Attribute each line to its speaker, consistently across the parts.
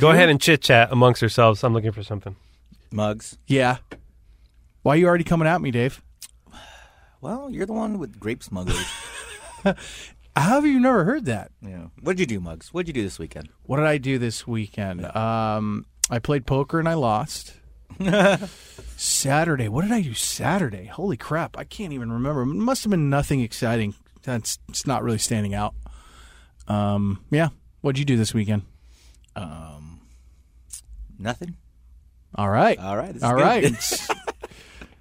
Speaker 1: Go ahead and chit chat amongst yourselves. I'm looking for something.
Speaker 2: Mugs.
Speaker 3: Yeah. Why are you already coming at me, Dave?
Speaker 2: Well, you're the one with grape smugglers.
Speaker 3: How have you never heard that?
Speaker 2: yeah. What'd you do, Mugs? What'd you do this weekend?
Speaker 3: What did I do this weekend? Um, I played poker and I lost. Saturday. What did I do Saturday? Holy crap. I can't even remember. It must have been nothing exciting. That's it's not really standing out. Um, yeah. What'd you do this weekend?
Speaker 2: Um, nothing.
Speaker 3: All right.
Speaker 2: All right. This is
Speaker 3: All
Speaker 2: good.
Speaker 3: right.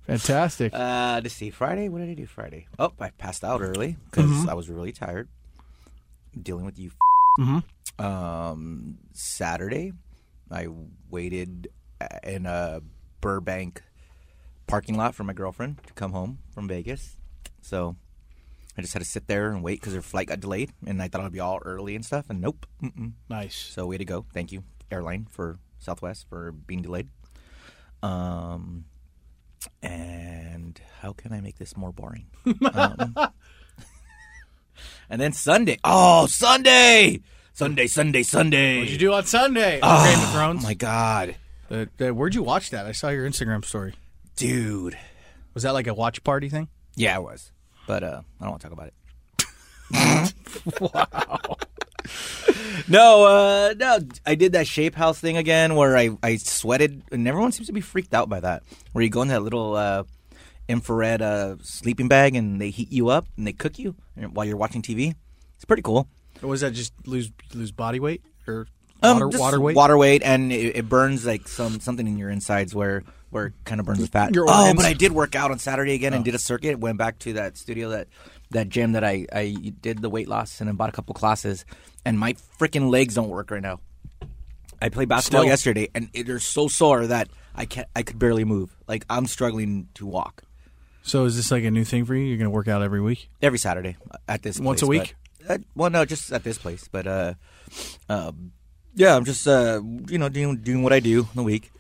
Speaker 3: Fantastic.
Speaker 2: Uh, let's see. Friday. What did I do Friday? Oh, I passed out early because I was really tired dealing with you.
Speaker 3: Mhm.
Speaker 2: F- um, Saturday, I waited a- in a Burbank parking lot for my girlfriend to come home from Vegas. So I just had to sit there and wait because her flight got delayed, and I thought I'd be all early and stuff. And nope. Mm-mm.
Speaker 3: nice.
Speaker 2: So way to go. Thank you, airline for Southwest for being delayed. Um, and how can I make this more boring? um, and then Sunday. Oh, Sunday, Sunday, Sunday, Sunday.
Speaker 3: What'd you do on Sunday?
Speaker 2: Oh,
Speaker 3: Game of Thrones.
Speaker 2: my God,
Speaker 3: The- the- where'd you watch that? I saw your Instagram story.
Speaker 2: dude.
Speaker 3: Was that like a watch party thing?
Speaker 2: Yeah, I was, but uh, I don't want to talk about it. wow. no, uh, no, I did that shape house thing again where I, I sweated, and everyone seems to be freaked out by that. Where you go in that little uh, infrared uh, sleeping bag and they heat you up and they cook you while you're watching TV. It's pretty cool.
Speaker 3: Or was that just lose lose body weight or
Speaker 2: Um,
Speaker 3: water,
Speaker 2: just
Speaker 3: water weight?
Speaker 2: water weight, and it, it burns like some something in your insides where where it kind of burns the fat.
Speaker 3: Your
Speaker 2: oh,
Speaker 3: organs.
Speaker 2: but I did work out on Saturday again
Speaker 3: Oh.
Speaker 2: and did a circuit. Went back to that studio that that gym that I I did the weight loss and I bought a couple classes, and my freaking legs don't work right now. I played basketball
Speaker 3: Still.
Speaker 2: yesterday, and it, they're so sore that I can I could barely move. Like I'm struggling to walk
Speaker 3: So is this like a new thing for you? You're gonna work out every week?
Speaker 2: every Saturday at this
Speaker 3: Once a
Speaker 2: place,
Speaker 3: week?
Speaker 2: but- uh, well, no, just at this place. But uh, uh, yeah, I'm just uh, you know doing doing what I do in the week.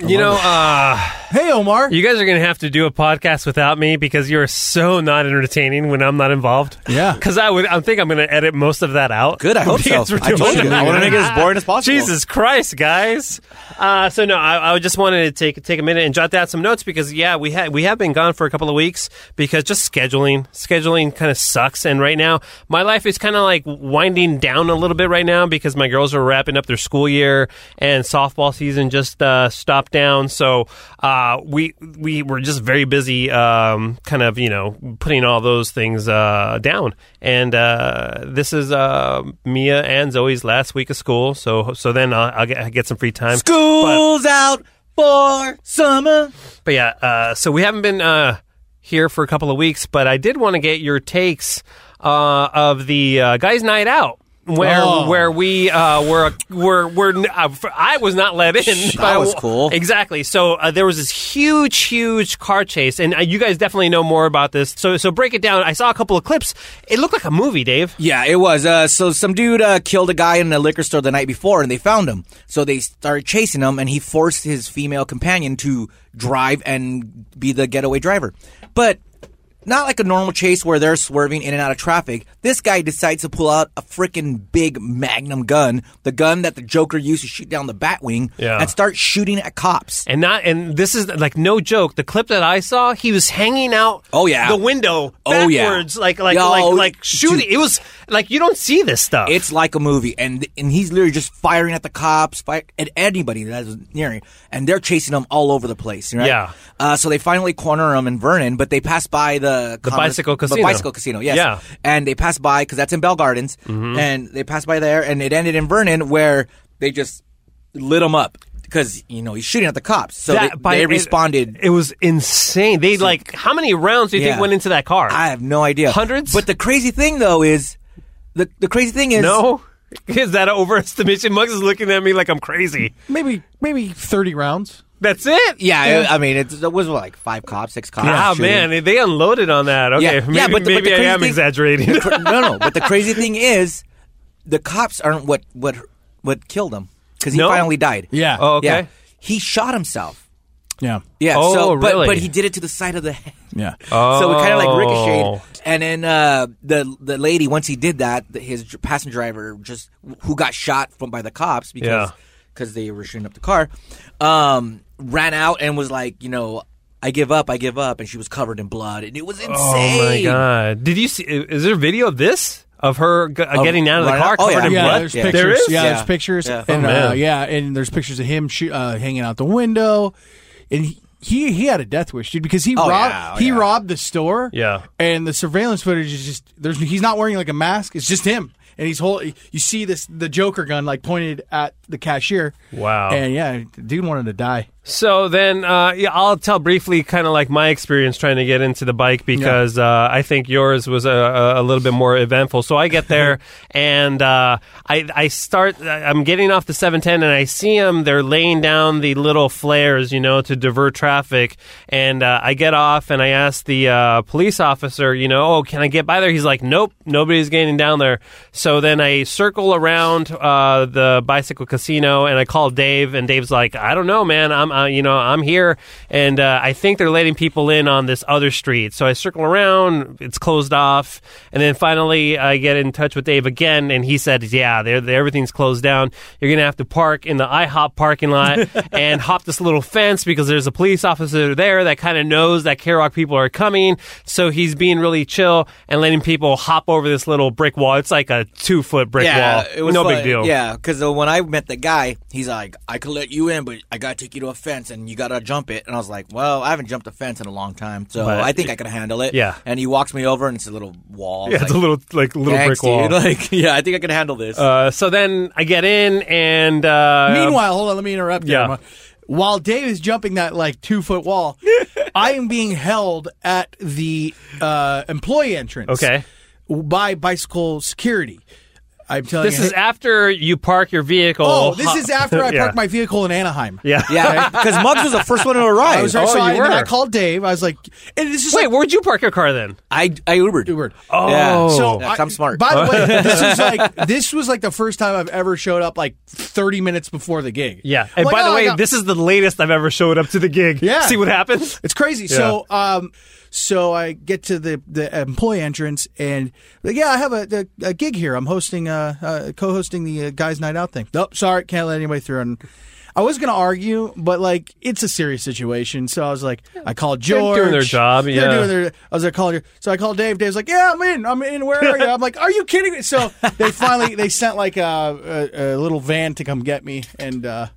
Speaker 1: You know, uh,
Speaker 3: Hey, Omar.
Speaker 1: you guys are going to have to do a podcast without me because you're so not entertaining when I'm not involved.
Speaker 3: Yeah.
Speaker 1: Because I would, I think I'm going to edit most of that out.
Speaker 2: Good, I hope so.
Speaker 1: Because we're
Speaker 2: I told
Speaker 1: doing it.
Speaker 2: you, I want to make it as boring as possible.
Speaker 1: Jesus Christ, guys! Uh, so no, I, I just wanted to take take a minute and jot down some notes because yeah, we had we have been gone for a couple of weeks because just scheduling scheduling kind of sucks. And right now, my life is kind of like winding down a little bit right now because my girls are wrapping up their school year and softball season just uh, stopped down. So uh, we we were just very busy, um, kind of you know putting all those things uh, down. And uh, this is uh, Mia and Zoe's last week of school, so so then I'll, I'll get, get some free time.
Speaker 2: School's out for summer.
Speaker 1: But yeah, uh, so we haven't been uh, here for a couple of weeks, but I did want to get your takes uh, of the uh, guys' night out. Where
Speaker 3: Oh.
Speaker 1: where we uh, were were were uh, I was not let in. but I-
Speaker 2: was cool.
Speaker 1: Exactly. So uh, there was this huge huge car chase, and uh, you guys definitely know more about this. So so break it down. I saw a couple of clips. It looked like a movie, Dave.
Speaker 2: Yeah, it was. Uh, so some dude uh, killed a guy in a liquor store the night before, and they found him. So they started chasing him, and he forced his female companion to drive and be the getaway driver. But not like a normal chase where they're swerving in and out of traffic. This guy decides to pull out a freaking big Magnum gun, the gun that the Joker used to shoot down the Batwing,
Speaker 1: Yeah.
Speaker 2: and start shooting at cops.
Speaker 1: And not and this is like no joke. The clip that I saw, he was hanging out.
Speaker 2: Oh, yeah.
Speaker 1: the window.
Speaker 2: Oh, yeah.
Speaker 1: backwards, like like
Speaker 2: Yo,
Speaker 1: like like
Speaker 2: dude.
Speaker 1: shooting. It was like you don't see this stuff.
Speaker 2: It's like a movie, and and he's literally just firing at the cops, fire at anybody that is near him, and they're chasing him all over the place. Right?
Speaker 1: Yeah.
Speaker 2: Uh, so they finally corner him in Vernon, but they pass by the the
Speaker 1: bicycle casino.
Speaker 2: The bicycle casino. Yes.
Speaker 1: Yeah. Mm-hmm.
Speaker 2: And they pass by because that's in Bell Gardens, and they pass by there, and it ended in Vernon where they just lit him up because you know he's shooting at the cops, so
Speaker 1: That-
Speaker 2: they,
Speaker 1: by-
Speaker 2: they
Speaker 1: it-
Speaker 2: responded.
Speaker 1: It, was insane. They like how many rounds do you think
Speaker 2: Yeah.
Speaker 1: went into that car?
Speaker 2: I have no idea.
Speaker 1: Hundreds?
Speaker 2: But the crazy thing though is, the the crazy thing is
Speaker 1: no. Is that an overestimation? Muggs is looking at me like I'm crazy.
Speaker 3: Maybe maybe thirty rounds.
Speaker 1: That's it.
Speaker 2: Yeah, I I mean, it's- it was what, like five cops, six cops.
Speaker 1: Ah
Speaker 2: shooting.
Speaker 1: man, they unloaded on that. Okay,
Speaker 2: Yeah,
Speaker 1: maybe,
Speaker 2: yeah, but the- but
Speaker 1: maybe
Speaker 2: the
Speaker 1: I
Speaker 2: crazy
Speaker 1: am
Speaker 2: thing-
Speaker 1: exaggerating.
Speaker 2: Cra- no, no. But the crazy thing is, the cops aren't what what what killed him because he
Speaker 1: No?
Speaker 2: finally died.
Speaker 3: Yeah.
Speaker 1: Oh, okay.
Speaker 2: Yeah. he shot himself.
Speaker 3: Yeah.
Speaker 2: Yeah.
Speaker 1: Oh,
Speaker 2: so, but,
Speaker 1: really?
Speaker 2: But he did it to the side of the head.
Speaker 3: Yeah.
Speaker 2: So it kind of like
Speaker 1: Oh.
Speaker 2: ricocheted, and then uh, the the lady once he did that, the- his dr- passenger driver just who got shot from by the cops because
Speaker 1: Yeah.
Speaker 2: because they were shooting up the car, um, ran out and was like, you know, I give up, I give up, and she was covered in blood, and it was insane.
Speaker 1: Oh my god! Did you see? Is there a video of this of her g- uh, getting out of the
Speaker 2: right
Speaker 1: car
Speaker 2: out- oh,
Speaker 1: covered in
Speaker 3: Yeah,
Speaker 1: blood?
Speaker 3: there's
Speaker 2: Yeah.
Speaker 3: pictures.
Speaker 1: There is?
Speaker 3: Yeah,
Speaker 2: Yeah.
Speaker 3: there's pictures.
Speaker 2: Yeah.
Speaker 3: And,
Speaker 1: Oh,
Speaker 3: uh,
Speaker 1: man.
Speaker 3: yeah, and there's pictures of him shoo- uh, hanging out the window, and he. He, he had a death wish, dude, because he
Speaker 2: Oh,
Speaker 3: robbed
Speaker 2: yeah, oh,
Speaker 3: he
Speaker 2: yeah.
Speaker 3: robbed the store.
Speaker 1: Yeah.
Speaker 3: and the surveillance footage is just there's he's not wearing like a mask. It's just him, and he's holding. You see this the Joker gun like pointed at the cashier.
Speaker 1: Wow.
Speaker 3: And yeah, the dude wanted to die.
Speaker 1: So then, uh, yeah, I'll tell briefly, kind of like my experience trying to get into the bike because uh, I think yours was a, a, a little bit more eventful. So I get there and uh, I, I start. I'm getting off the 710 and I see them. They're laying down the little flares, you know, to divert traffic. And uh, I get off and I ask the uh, police officer, you know, oh, can I get by there? He's like, nope, nobody's getting down there. So then I circle around uh, the bicycle casino and I call Dave, and Dave's like, I don't know, man. I'm, uh, you know, I'm here, and uh, I think they're letting people in on this other street. So I circle around, it's closed off, and then finally I get in touch with Dave again, and he said, Yeah, they're, they everything's closed down. You're gonna have to park in the IHOP parking lot and hop this little fence because there's a police officer there that kind of knows that K-Rock people are coming, so he's being really chill and letting people hop over this little brick wall. It's like a two foot brick wall.
Speaker 2: It was
Speaker 1: no
Speaker 2: fun.
Speaker 1: big deal.
Speaker 2: Yeah, because when I met the guy, he's like, I could let you in, but I got to take you to a fence and you got to jump it. And I was like, well, I haven't jumped a fence in a long time, so
Speaker 1: But-
Speaker 2: I think I can handle it.
Speaker 1: Yeah.
Speaker 2: And he walks me over and it's a little wall. I
Speaker 1: Yeah,
Speaker 2: was
Speaker 1: it's a
Speaker 2: like,
Speaker 1: little like little
Speaker 2: "Thanks,
Speaker 1: brick wall.
Speaker 2: dude." Like, yeah, I think I can handle this.
Speaker 1: Uh, so then I get in and uh,
Speaker 3: Meanwhile, hold on, let me interrupt. you.
Speaker 1: Yeah.
Speaker 3: While Dave is jumping that like two foot wall, I am being held at the uh, employee entrance.
Speaker 1: Okay.
Speaker 3: By bicycle security. I'm telling
Speaker 1: this
Speaker 3: you.
Speaker 1: is after you park your vehicle.
Speaker 3: oh, this is after I
Speaker 1: Yeah.
Speaker 3: parked my vehicle in Anaheim.
Speaker 1: Yeah.
Speaker 2: yeah, because Muggs was the first one to arrive.
Speaker 3: I was right,
Speaker 1: Oh,
Speaker 3: so I,
Speaker 1: you
Speaker 3: and then
Speaker 1: were.
Speaker 3: I called Dave. I was like, and it's just
Speaker 1: Wait,
Speaker 3: like
Speaker 1: where'd you park your car then?
Speaker 2: I, I Ubered.
Speaker 3: Ubered.
Speaker 1: Oh.
Speaker 2: Yeah.
Speaker 1: So
Speaker 2: Yeah, 'cause I'm smart.
Speaker 3: By the way, this is like this was like the first time I've ever showed up like 30 minutes before the gig.
Speaker 1: Yeah.
Speaker 3: I'm
Speaker 1: And
Speaker 3: like,
Speaker 1: by
Speaker 3: "Oh,
Speaker 1: the
Speaker 3: I
Speaker 1: way,
Speaker 3: got-
Speaker 1: this is the latest I've ever showed up to the gig.
Speaker 3: Yeah.
Speaker 1: See what happens?
Speaker 3: It's crazy. So, um, so I get to the, the employee entrance and like, yeah, I have a, a, a gig here. I'm hosting, uh, uh, co-hosting the uh, guys' night out thing. Nope, sorry, can't let anybody through. And I was gonna argue, but like it's a serious situation. So I was like, I called George.
Speaker 1: doing their job,
Speaker 3: They're
Speaker 1: yeah.
Speaker 3: doing their. I was like, call you. So I called Dave. Dave's like, yeah, I'm in. I'm in. Where are you? I'm like, are you kidding me? So they finally they sent like a, a, a little van to come get me, and uh,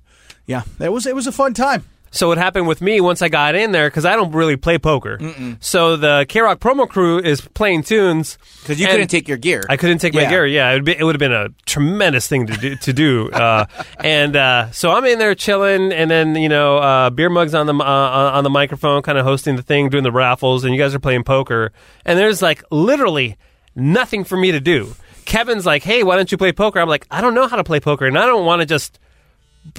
Speaker 3: yeah, it was it was a fun time.
Speaker 1: So what happened with me once I got in there because I don't really play poker. So the K Rock promo crew is playing tunes
Speaker 2: Because you
Speaker 1: and-
Speaker 2: couldn't take your gear.
Speaker 1: I couldn't take my
Speaker 2: Yeah.
Speaker 1: gear. Yeah, it would, be, it would have been a tremendous thing to do. To do. Uh, and uh, so I'm in there chilling, and then you know, uh, beer mugs on the uh, on on the microphone, kind of hosting the thing, doing the raffles, and you guys are playing poker. And there's like literally nothing for me to do. Kevin's like, "Hey, why don't you play poker?" I'm like, "I don't know how to play poker, and I don't want to just."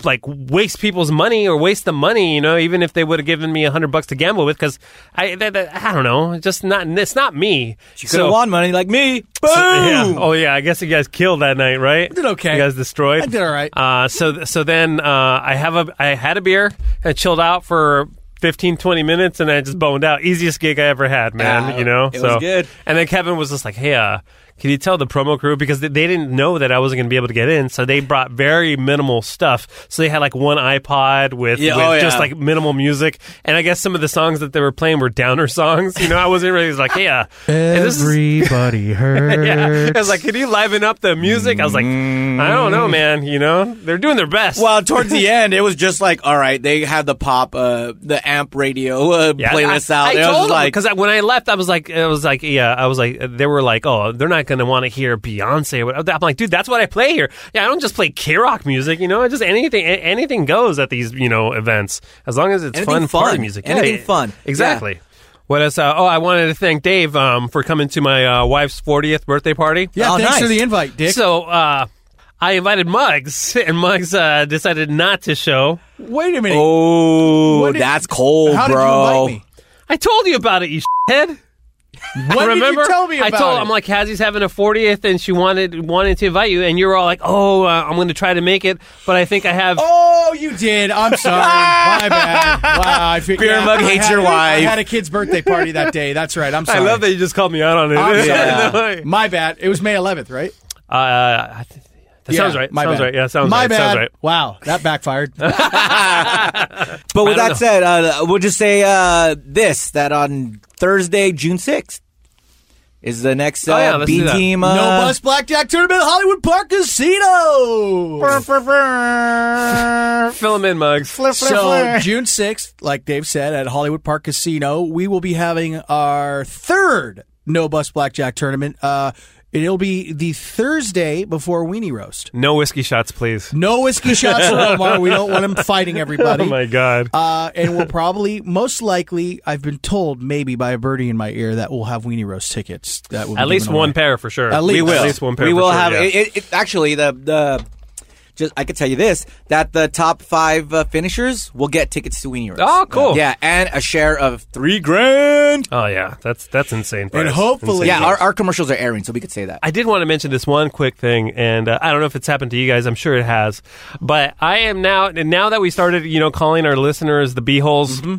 Speaker 1: like waste people's money or waste the money, you know, even if they would have given me a hundred bucks to gamble with, because I, that, that, I don't know, it's just not, it's not me.
Speaker 2: you could have won money like me. Boom!
Speaker 1: Yeah. Oh yeah, I guess you guys killed that night, right? I
Speaker 3: did okay.
Speaker 1: You guys destroyed.
Speaker 3: I did all right.
Speaker 1: Uh, so so then uh, I have a I had a beer and chilled out for 15, 20 minutes, and I just boned out. Easiest gig I ever had, man.
Speaker 2: Yeah,
Speaker 1: you know,
Speaker 2: it was
Speaker 1: so
Speaker 2: good.
Speaker 1: And then Kevin was just like, "Hey, uh, can you tell the promo crew because they, they didn't know that I wasn't going to be able to get in, so they brought very minimal stuff. So they had like one iPod with,
Speaker 2: Yeah,
Speaker 1: with
Speaker 2: oh,
Speaker 1: just
Speaker 2: yeah.
Speaker 1: like minimal music, and I guess some of the songs that they were playing were downer songs. You know, I wasn't really it was like, "Hey, uh, and this is-
Speaker 3: Everybody hurts.
Speaker 1: yeah. I was like, can you liven up the music? I was like, I don't know, man. You know, they're doing their best.
Speaker 2: Well, towards the end, it was just like, all right, they had the pop, uh, the amp radio uh,
Speaker 1: Yeah,
Speaker 2: playlist
Speaker 1: I,
Speaker 2: out.
Speaker 1: I
Speaker 2: It was
Speaker 1: told
Speaker 2: just like,
Speaker 1: because when I left, I was like, I was like, yeah, I was like, they were like, oh, they're not going to want to hear Beyonce. But I'm like, dude, that's what I play here. Yeah, I don't just play K rock music. You know, just anything, a- anything goes at these you know events as long as it's fun,
Speaker 2: Anything
Speaker 1: party
Speaker 2: fun.
Speaker 1: music.
Speaker 2: Anything
Speaker 1: yeah,
Speaker 2: fun.
Speaker 1: Exactly. What else? Uh, oh, I wanted to thank Dave um, for coming to my uh, wife's 40th birthday party.
Speaker 3: Yeah,
Speaker 2: Oh,
Speaker 3: thanks
Speaker 2: nice.
Speaker 3: for the invite, Dick.
Speaker 1: So uh, I invited Muggs, and Muggs uh, decided not to show.
Speaker 3: Wait a minute.
Speaker 2: oh,
Speaker 3: What did-
Speaker 2: that's cold,
Speaker 3: How
Speaker 2: bro.
Speaker 3: did you invite
Speaker 1: I told you about it, you head.
Speaker 3: me? What
Speaker 1: Remember?
Speaker 3: did you tell me about
Speaker 1: I told
Speaker 3: it?
Speaker 1: I'm like Hazzy's having a 40th, and she wanted wanted to invite you, and you were all like, "Oh, uh, I'm going to try to make it, but I think I have."
Speaker 3: oh, you did. I'm sorry. My bad. Wow, Ah, I feel,
Speaker 2: Beer
Speaker 3: yeah,
Speaker 2: mug
Speaker 3: I
Speaker 2: hates
Speaker 3: had-
Speaker 2: your
Speaker 3: I
Speaker 2: wife.
Speaker 3: had a kid's birthday party that day. That's right. I'm sorry.
Speaker 1: that you just called me out on it.
Speaker 3: I'm sorry.
Speaker 2: Yeah.
Speaker 1: No way.
Speaker 3: My bad. It was May 11th, right?
Speaker 1: uh, I th- That sounds right.
Speaker 3: My
Speaker 1: sounds
Speaker 3: bad.
Speaker 1: right. Yeah, sounds
Speaker 3: my
Speaker 1: right.
Speaker 3: bad.
Speaker 1: Sounds right.
Speaker 3: Wow, that backfired.
Speaker 2: But with
Speaker 1: I
Speaker 2: that
Speaker 1: don't
Speaker 2: said, uh, we'll just say uh, this: that on Thursday, June sixth, is the next uh,
Speaker 1: Oh, yeah, let's do
Speaker 2: B
Speaker 1: that.
Speaker 2: team.
Speaker 3: no
Speaker 2: Uh,
Speaker 3: bus blackjack tournament, Hollywood Park Casino.
Speaker 1: Fill 'em in, mugs.
Speaker 3: So June sixth, like Dave said, at Hollywood Park Casino, we will be having our third no bus blackjack tournament. Uh, it'll be the Thursday before Weenie Roast.
Speaker 1: No whiskey shots, please.
Speaker 3: No whiskey shots for Omar. We don't want him fighting everybody.
Speaker 1: Oh my god.
Speaker 3: Uh, and we'll probably, most likely, I've been told, maybe by a birdie in my ear, that we'll have weenie roast tickets. That will be
Speaker 1: At least
Speaker 3: given away.
Speaker 1: one pair for sure.
Speaker 3: At least-
Speaker 1: we will.
Speaker 3: At
Speaker 1: least one pair.
Speaker 2: we
Speaker 1: for
Speaker 2: will
Speaker 1: sure,
Speaker 2: have
Speaker 1: yeah.
Speaker 2: it, it, it- Actually, the the just I could tell you this: that the top five uh, finishers will get tickets to Weenie Roast.
Speaker 1: Oh, cool.
Speaker 2: Yeah, and a share of three grand.
Speaker 1: Oh yeah, that's that's insane. price.
Speaker 3: hopefully-
Speaker 1: Insane.
Speaker 2: Yeah, our, our commercials are airing, so we could say that.
Speaker 1: I did want to mention this one quick thing, and uh, I don't know if it's happened to you guys. I'm sure it has, but I am now, and now that we started, you know, calling our listeners the beeholes.
Speaker 3: Mm-hmm.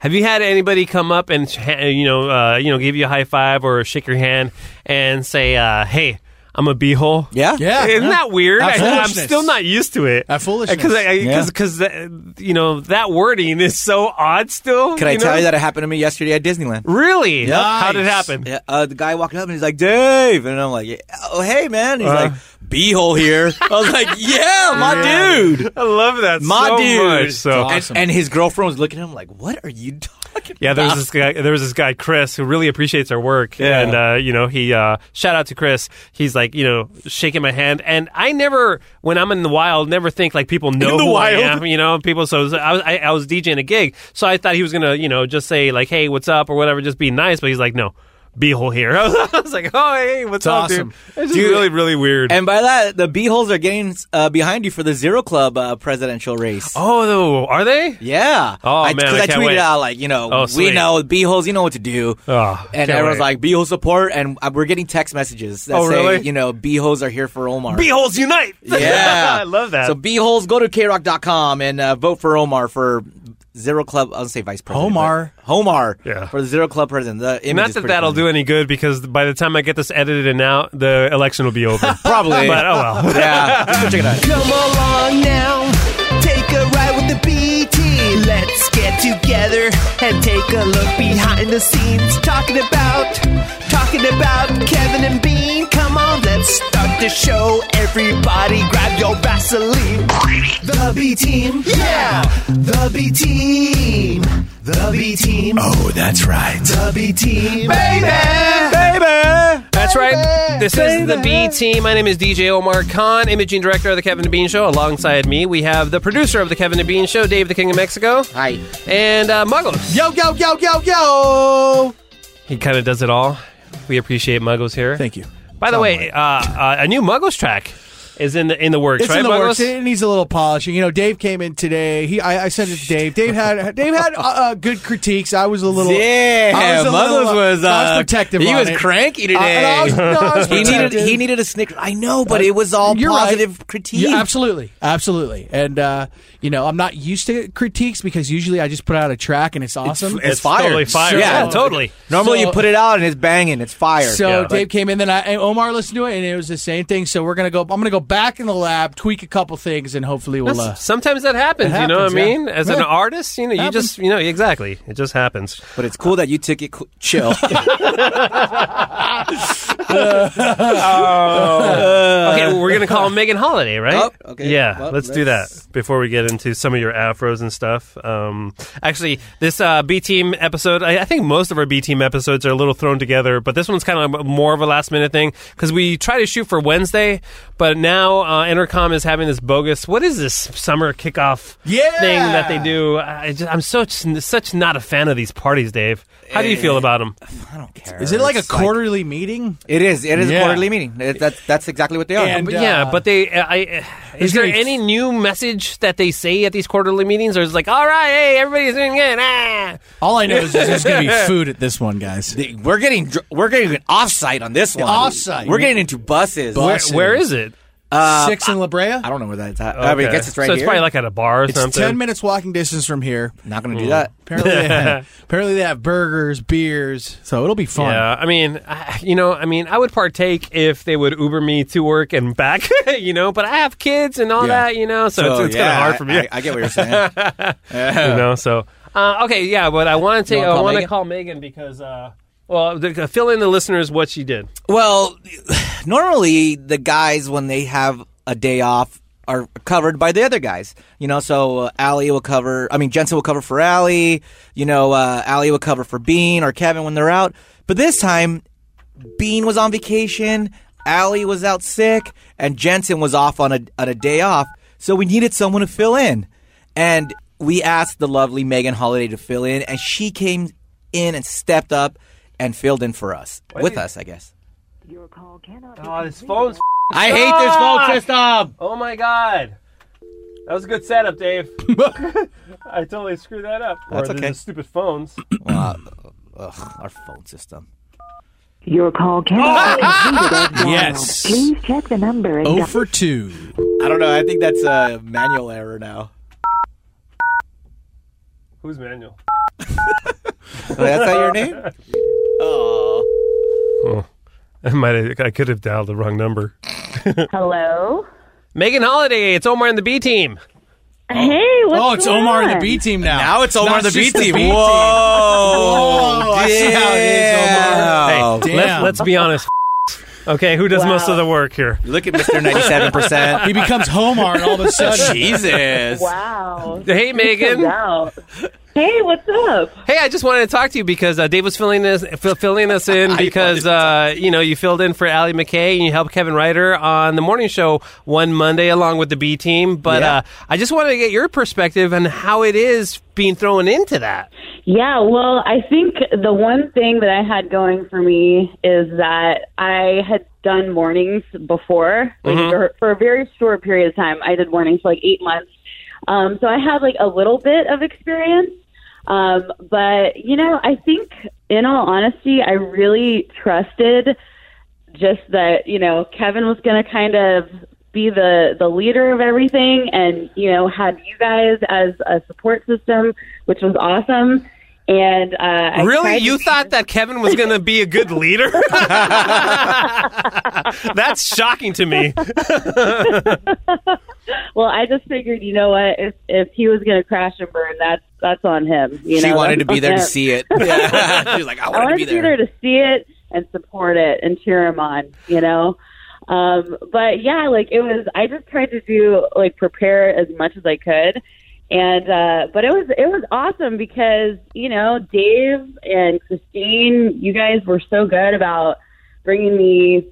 Speaker 1: Have you had anybody come up and ha- you know, uh, you know, give you a high five or shake your hand and say, uh, "Hey, I'm a beehole."
Speaker 2: Yeah,
Speaker 3: Yeah.
Speaker 1: Isn't that weird? I,
Speaker 3: That
Speaker 1: I'm
Speaker 3: foolishness.
Speaker 1: still not used to it.
Speaker 3: That foolishness.
Speaker 1: Because
Speaker 2: Yeah.
Speaker 1: because you know that wording is so odd. Still,
Speaker 2: Can I
Speaker 1: Oh, you
Speaker 2: tell
Speaker 1: know?
Speaker 2: you that it happened to me yesterday at Disneyland?
Speaker 1: Really? How did it
Speaker 3: Nice.
Speaker 1: happen?
Speaker 2: Yeah, uh, the guy walked up and he's like, Dave. And I'm like, "Yeah, oh, hey, man. He's
Speaker 1: Uh-huh.
Speaker 2: like, beehole here. I was like, yeah, my dude.
Speaker 1: I love that
Speaker 2: My
Speaker 1: so
Speaker 2: dude.
Speaker 1: much. So
Speaker 2: and,
Speaker 3: Awesome.
Speaker 2: and his girlfriend was looking at him like, what are you talking
Speaker 1: Yeah,
Speaker 2: about?
Speaker 1: there's this guy. There was this guy, Chris, who really appreciates our work,
Speaker 2: Yeah.
Speaker 1: and uh, you know, he uh, shout out to Chris. He's like, you know, shaking my hand, and I never, when I'm in the wild, never think like people know
Speaker 2: In the
Speaker 1: who I
Speaker 2: wild?
Speaker 1: am. You know, people. So I was, I, I was DJing a gig, so I thought he was gonna, you know, just say like, hey, what's up or whatever, just be nice. But he's like, no, beehole here. I was, like, oh, hey, what's up,
Speaker 3: awesome.
Speaker 1: dude? It's just
Speaker 2: Dude,
Speaker 1: really, really weird.
Speaker 2: And by that, the beeholes are getting uh, behind you for the Zero Club uh, presidential race.
Speaker 1: oh, though, are they?
Speaker 2: Yeah.
Speaker 1: Oh,
Speaker 2: I,
Speaker 1: man,
Speaker 2: 'cause
Speaker 1: I
Speaker 2: I,
Speaker 1: can't
Speaker 2: tweeted
Speaker 1: wait.
Speaker 2: out, like, you know,
Speaker 1: Oh,
Speaker 2: we
Speaker 1: sweet.
Speaker 2: know, beeholes, you know what to do.
Speaker 1: Oh,
Speaker 2: and
Speaker 1: can't
Speaker 2: everyone's
Speaker 1: wait.
Speaker 2: like, beehole support. And uh, we're getting text messages that
Speaker 1: Oh,
Speaker 2: say,
Speaker 1: really?
Speaker 2: you know, beeholes are here for Omar.
Speaker 1: beeholes unite.
Speaker 2: Yeah.
Speaker 1: I love that.
Speaker 2: So beeholes, go to krock.com and uh, vote for Omar for Zero Club. I'll say vice president.
Speaker 3: Homar.
Speaker 2: but Homar.
Speaker 1: Yeah.
Speaker 2: For the Zero Club president. The image
Speaker 1: Not
Speaker 2: is
Speaker 1: that
Speaker 2: pretty
Speaker 1: that'll
Speaker 2: funny.
Speaker 1: do any good because by the time I get this edited and out, the election will be over.
Speaker 2: Probably.
Speaker 1: but oh well.
Speaker 2: yeah. Check it out.
Speaker 4: Come along now, take a ride with the BT. Let's get together and take a look behind the scenes. Talking about, talking about Kevin and Bean. Come on, let's start the show. Everybody grab your Vaseline. The B team, yeah, the B team. The B team. Oh, that's right. The B team. Baby!
Speaker 2: Baby.
Speaker 1: That's right. This is the B team. My name is DJ Omar Khan, imaging director of the Kevin and Bean Show. Alongside me, we have the producer of the Kevin and Bean Show, Dave the King of Mexico,
Speaker 2: Hi.
Speaker 1: and uh, Muggles.
Speaker 3: Yo, yo, yo, yo, yo.
Speaker 1: He kind of does it all. We appreciate Muggles here.
Speaker 3: Thank you.
Speaker 1: By the way, uh, uh, a new Muggles track is in the in the works,
Speaker 3: It's
Speaker 1: right?
Speaker 3: in the
Speaker 1: Muggles?
Speaker 3: works. It needs a little polishing. You know, Dave came in today. He, I, I sent it to Dave. Dave had, Dave had uh, uh, good critiques. I was a little, I
Speaker 2: Yeah.
Speaker 3: was a
Speaker 2: Muggles
Speaker 3: little-
Speaker 2: was, uh,
Speaker 3: I was protective.
Speaker 2: He
Speaker 3: on
Speaker 2: was
Speaker 3: it.
Speaker 2: cranky
Speaker 3: I- and
Speaker 2: today.
Speaker 3: I was- no, I was
Speaker 2: he needed
Speaker 3: protective. Uh,
Speaker 2: he needed a snicker. I know, but it was all
Speaker 3: You're right.
Speaker 2: positive critique.
Speaker 3: Yeah, absolutely, absolutely. And uh, you know, I'm not used to critiques because usually I just put out a track and it's awesome.
Speaker 1: It's
Speaker 2: fire.
Speaker 1: totally fire.
Speaker 3: So-
Speaker 1: Yeah, totally.
Speaker 2: Normally
Speaker 3: So-
Speaker 2: you put it out and it's banging. It's fire.
Speaker 3: So
Speaker 1: Yeah.
Speaker 3: Dave came in, then I, and Omar listened to it, and it was the same thing. So we're gonna go. I'm gonna go back in the lab, tweak a couple things, and hopefully we'll. Uh,
Speaker 1: Sometimes that happens,
Speaker 3: It
Speaker 1: you know what
Speaker 3: happens,
Speaker 1: I
Speaker 3: yeah.
Speaker 1: mean? As an
Speaker 3: Yeah.
Speaker 1: artist, you know, you
Speaker 3: Happens.
Speaker 1: just, you know, exactly. It just happens.
Speaker 2: but it's cool that you took it cl- chill.
Speaker 1: Oh. Okay, well, we're gonna call him Megan Holiday, right?
Speaker 2: Oh, okay.
Speaker 1: Yeah,
Speaker 2: Well,
Speaker 1: let's, do that
Speaker 2: let's-
Speaker 1: before we get into some of your afros and stuff. Um, actually, this uh, B Team episode, I, I think most of our B Team episodes are a little thrown together, but this one's kind of more of a last minute thing because we try to shoot for Wednesday, but now uh, Intercom is having this bogus. What is this summer kickoff
Speaker 3: Yeah!
Speaker 1: thing that they do? I just, I'm such such not a fan of these parties, Dave. How do you
Speaker 2: Eh,
Speaker 1: feel about them?
Speaker 2: I don't care.
Speaker 3: is it like a
Speaker 2: It's
Speaker 3: quarterly meeting?
Speaker 2: It is. It is
Speaker 3: Yeah.
Speaker 2: a quarterly meeting. It, that, that's exactly what they are.
Speaker 3: And,
Speaker 1: But yeah,
Speaker 3: uh,
Speaker 1: but they. I, I is there
Speaker 3: gonna be f-
Speaker 1: any new message that they say at these quarterly meetings, or is it like, all right, hey, everybody's doing good. Ah.
Speaker 3: All I know is there's going to be food at this one, guys.
Speaker 2: The- we're getting dr- we're getting an offsite on this one.
Speaker 3: Offsite.
Speaker 2: We're getting into buses.
Speaker 1: Where,
Speaker 3: Buses.
Speaker 1: where is it?
Speaker 2: Uh,
Speaker 3: Six in La Brea.
Speaker 2: I don't know where that's at. I mean, I
Speaker 1: Okay.
Speaker 2: guess it's right
Speaker 1: So
Speaker 2: here.
Speaker 1: it's probably like at a bar or
Speaker 3: It's
Speaker 1: something.
Speaker 3: ten minutes walking distance from here.
Speaker 2: Not going to do that.
Speaker 3: Mm. Apparently, they have, apparently they have burgers, beers, so it'll be fun.
Speaker 1: Yeah, I mean, I, you know, I mean, I would partake if they would Uber me to work and back, you know. But I have kids and all
Speaker 2: Yeah.
Speaker 1: that, you know, so,
Speaker 2: So,
Speaker 1: it's, it's
Speaker 2: yeah,
Speaker 1: kind of hard for me,
Speaker 2: I, I get what you're saying.
Speaker 1: you know. So uh, okay, yeah, but I want to take,
Speaker 2: wanna
Speaker 1: I
Speaker 2: call
Speaker 1: want to
Speaker 2: Megan?
Speaker 1: call Megan because, uh, well, the, fill in the listeners what she did.
Speaker 2: Well, normally the guys when they have a day off are covered by the other guys. You know, so uh, Allie will cover. I mean, Jensen will cover for Allie. You know, uh, Allie will cover for Bean or Kevin when they're out. But this time, Bean was on vacation. Allie was out sick, and Jensen was off on a on a day off. So we needed someone to fill in, and we asked the lovely Megan Holiday to fill in, and she came in and stepped up and filled in for us with us, I guess.
Speaker 5: Your call cannot be
Speaker 1: Oh, this
Speaker 5: completed
Speaker 1: phone's.
Speaker 2: I hate this phone system.
Speaker 1: Oh my god. That was a good setup, Dave. I totally screwed that up.
Speaker 2: That's
Speaker 1: or the-
Speaker 2: okay.
Speaker 1: The stupid phones.
Speaker 2: Ugh, our phone system.
Speaker 5: Your call cannot be completed as dialed.
Speaker 3: Ah! Yes.
Speaker 5: Please check the number and
Speaker 3: Oh
Speaker 5: dial-
Speaker 3: for two.
Speaker 2: I don't know. I think that's a manual error now.
Speaker 1: Who's manual?
Speaker 2: that's not your name. Oh,
Speaker 1: I might. Have, I could have dialed the wrong number.
Speaker 6: Hello.
Speaker 1: Megan Holiday. It's Omar and the B Team.
Speaker 6: Hey, what's
Speaker 3: Oh, it's
Speaker 6: going
Speaker 3: Omar and the
Speaker 6: on?
Speaker 3: B team now.
Speaker 2: now it's
Speaker 3: Not
Speaker 2: Omar the B
Speaker 3: just the
Speaker 2: team.
Speaker 3: B team.
Speaker 2: Whoa!
Speaker 3: I see how it is, Omar.
Speaker 2: damn.
Speaker 3: Hey,
Speaker 1: Let's,
Speaker 3: Damn.
Speaker 1: let's be honest. Okay, who does most of the work here?
Speaker 2: Look at Mister ninety-seven percent.
Speaker 3: He becomes Homar, and all of a sudden,
Speaker 2: Jesus.
Speaker 6: Wow.
Speaker 1: Hey, Megan.
Speaker 6: Wow. Hey, what's up?
Speaker 1: Hey, I just wanted to talk to you because uh, Dave was filling us fill, filling us in because uh, you know you filled in for Allie McKay and you helped Kevin Ryder on the morning show one Monday along with the B team. But
Speaker 2: Yeah.
Speaker 1: uh, I just wanted to get your perspective on how it is being thrown into that.
Speaker 6: Yeah, well, I think the one thing that I had going for me is that I had done mornings before, like for, for a very short period of time. I did mornings for like eight months. Um, so I had like a little bit of experience. Um, but, you know, I think in all honesty, I really trusted just that you know Kevin was going to kind of be the the leader of everything, and you know had you guys as a support system, which was awesome. And uh, I
Speaker 1: Really,
Speaker 6: tried to-
Speaker 1: you thought that Kevin was going to be a good leader? That's shocking to me.
Speaker 6: well, I just figured, you know what, if if he was going to crash and burn, that's that's on him. You
Speaker 2: She
Speaker 6: know?
Speaker 2: wanted to be there to
Speaker 6: That's on him.
Speaker 2: see it. Yeah. she was like, I
Speaker 6: I
Speaker 2: wanted
Speaker 6: wanted
Speaker 2: to be there.
Speaker 6: to see it and support it and cheer him on, you know. Um, but yeah, like it was. I just tried to do like prepare as much as I could, and uh, but it was it was awesome because you know Dave and Christine, you guys were so good about bringing me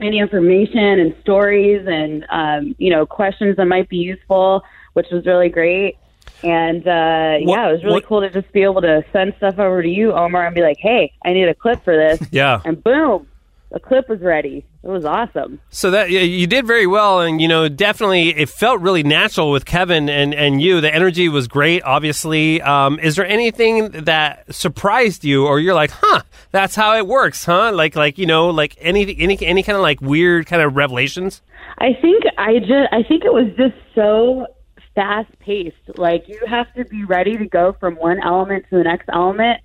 Speaker 6: any information and stories and um, you know questions that might be useful, which was really great. And uh,
Speaker 1: What-
Speaker 6: yeah, it was really
Speaker 1: what-
Speaker 6: cool to just be able to send stuff over to you, Omar, and be like, "Hey, I need a clip for this,"
Speaker 1: Yeah.
Speaker 6: and boom, a clip was ready. It was awesome.
Speaker 1: So that yeah, you did very well, and you know, definitely, it felt really natural with Kevin and and you. The energy was great. Obviously, um, is there anything that surprised you, or you're like, huh, that's how it works, huh? Like like you know, like any any any kind of like weird kind of revelations.
Speaker 6: I think I just I think it was just so fast paced. Like you have to be ready to go from one element to the next element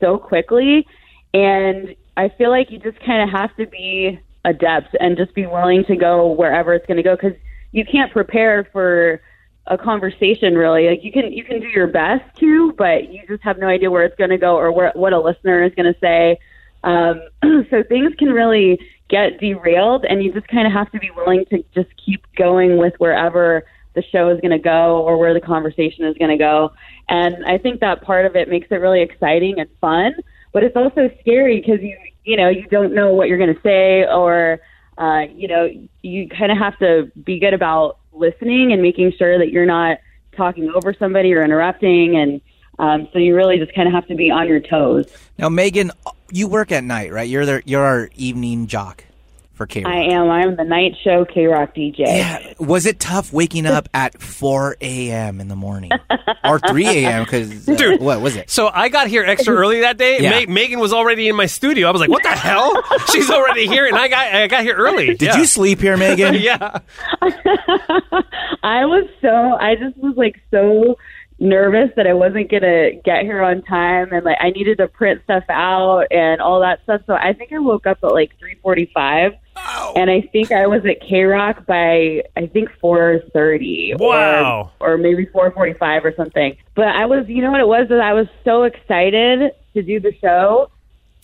Speaker 6: so quickly and I feel like you just kind of have to be adept and just be willing to go wherever it's going to go cuz you can't prepare for a conversation really like you can you can do your best to but you just have no idea where it's going to go or where, what a listener is going to say um, so things can really get derailed, and you just kind of have to be willing to just keep going with wherever the show is going to go or where the conversation is going to go. And I think that part of it makes it really exciting and fun, but it's also scary because you you know you don't know what you're going to say, or uh, you know you kind of have to be good about listening and making sure that you're not talking over somebody or interrupting and. Um, so you really just kind of have to be on your toes.
Speaker 2: Now, Megan, you work at night, right? You're there. You're our evening jock. for K
Speaker 6: I
Speaker 2: Rock.
Speaker 6: am. I'm the night show K Rock DJ.
Speaker 2: Yeah. Was it tough waking up at 4 a.m. in the morning or 3 a.m. Because
Speaker 1: Dude.
Speaker 2: uh, what was it?
Speaker 1: So I got here extra early that day.
Speaker 2: Yeah.
Speaker 1: Ma- Megan was already in my studio. I was like, "What the hell? She's already here!" And I got I got here early.
Speaker 2: Did you sleep here, Megan?
Speaker 1: Yeah.
Speaker 6: I was so I just was like so nervous that I wasn't gonna get here on time and like I needed to print stuff out and all that stuff. So I think I woke up at like three forty five. And I think I was at K Rock by I think four thirty.
Speaker 1: Wow.
Speaker 6: Or, or maybe four forty five or something. But I was you know what it was that I was so excited to do the show.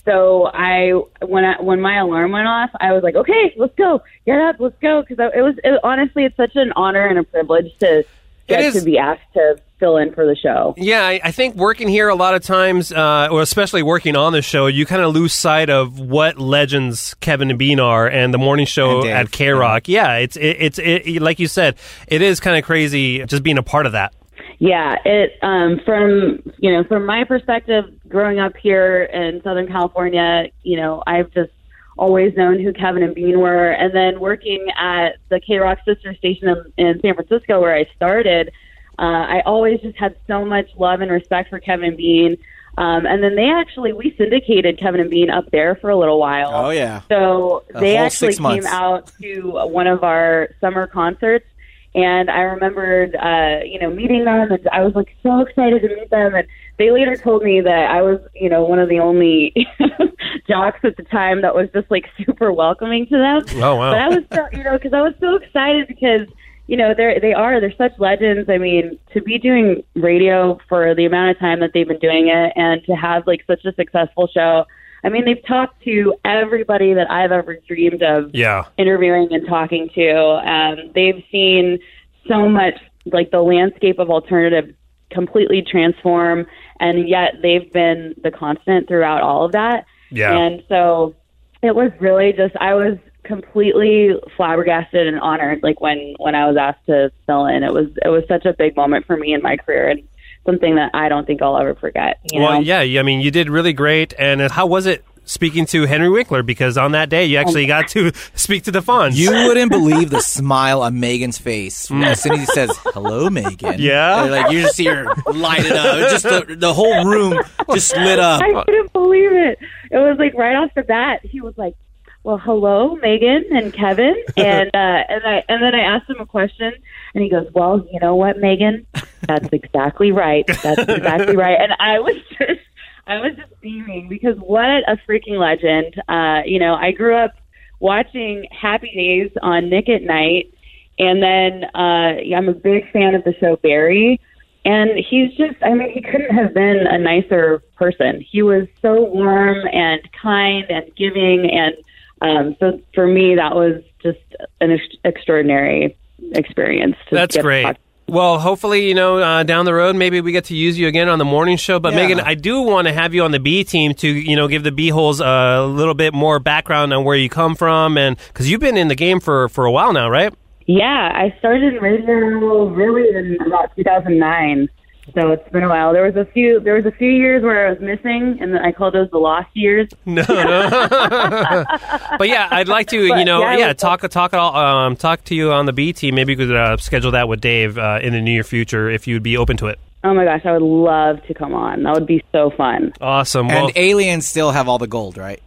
Speaker 6: So I when I when my alarm went off, I was like, okay, let's go, get up, let's go, because it was it, honestly, it's such an honor and a privilege to get
Speaker 1: is.
Speaker 6: to be asked to fill in for the show.
Speaker 1: Yeah, I, I think working here a lot of times, uh, or especially working on the show, you kind of lose sight of what legends Kevin and Bean are, and the morning
Speaker 2: And
Speaker 1: show
Speaker 2: Dave,
Speaker 1: at K Rock. Yeah, it's it, it's it, like you said, it is kind of crazy just being a part of that.
Speaker 6: Yeah, it um, from you know from my perspective, growing up here in Southern California, you know, I've just always known who Kevin and Bean were, and then working at the K Rock sister station in, in San Francisco where I started, uh, I always just had so much love and respect for Kevin and Bean. Um, and then they actually we syndicated Kevin and Bean up there for a little while.
Speaker 2: Oh, yeah.
Speaker 6: So
Speaker 2: A
Speaker 6: they
Speaker 2: whole
Speaker 6: actually
Speaker 2: six
Speaker 6: came
Speaker 2: months.
Speaker 6: out to one of our summer concerts, and I remembered, uh, you know, meeting them, and I was like so excited to meet them. And they later told me that I was, you know, one of the only jocks at the time that was just like super welcoming to them.
Speaker 1: Oh, wow.
Speaker 6: But I was, so, you know, because I was so excited because. You know they're they are they're such legends. I mean, to be doing radio for the amount of time that they've been doing it, and to have like such a successful show. I mean, they've talked to everybody that I've ever dreamed of
Speaker 1: Yeah.
Speaker 6: interviewing and talking to. Um, they've seen so much, like the landscape of alternative completely transform, and yet they've been the constant throughout all of that.
Speaker 1: Yeah.
Speaker 6: And so it was really just, I was completely flabbergasted and honored like when when I was asked to fill in it was it was such a big moment for me in my career and something that I don't think I'll ever forget you know?
Speaker 1: Well, yeah, I mean, you did really great. And uh, how was it speaking to Henry Winkler? Because on that day, you actually got to speak to the Fonz.
Speaker 2: Um, You wouldn't believe the smile on Megan's face as soon as he says, hello, Megan.
Speaker 1: Yeah?
Speaker 2: And, like, you just see her lighted up. Just the, the whole room just lit up.
Speaker 6: I couldn't believe it. It was like right off the bat, he was like, "Well, hello, Megan and Kevin," and uh, and I and then I asked him a question, and he goes, "Well, you know what, Megan? That's exactly right. That's exactly right." And I was just, I was just beaming because what a freaking legend! Uh, you know, I grew up watching Happy Days on Nick at Night, and then uh, yeah, I'm a big fan of the show Barry. And he's just, I mean, he couldn't have been a nicer person. He was so warm and kind and giving. And um, so for me, that was just an ex- extraordinary experience. To
Speaker 1: That's
Speaker 6: get to
Speaker 1: great.
Speaker 6: talk
Speaker 1: Well, hopefully, you know, uh, down the road, maybe we get to use you again on the morning show. But Megan, I do want to have you on the B team to, you know, give the B holes a little bit more background on where you come from, and because you've been in the game for for a while now, right?
Speaker 6: Yeah, I started in radio really in about 2009. So it's been a while. There was a few there was a few years where I was missing and I call those the lost years.
Speaker 1: No, no. but yeah, I'd like to, you
Speaker 6: But,
Speaker 1: know,
Speaker 6: yeah, I
Speaker 1: yeah,
Speaker 6: would-
Speaker 1: talk talk all, um, talk to you on the B team. Maybe we could uh, schedule that with Dave uh, in the near future if you'd be open to it.
Speaker 6: Oh my gosh, I would love to come on. That would be so fun.
Speaker 1: Awesome.
Speaker 2: And
Speaker 1: well,
Speaker 2: aliens still have all the gold, right?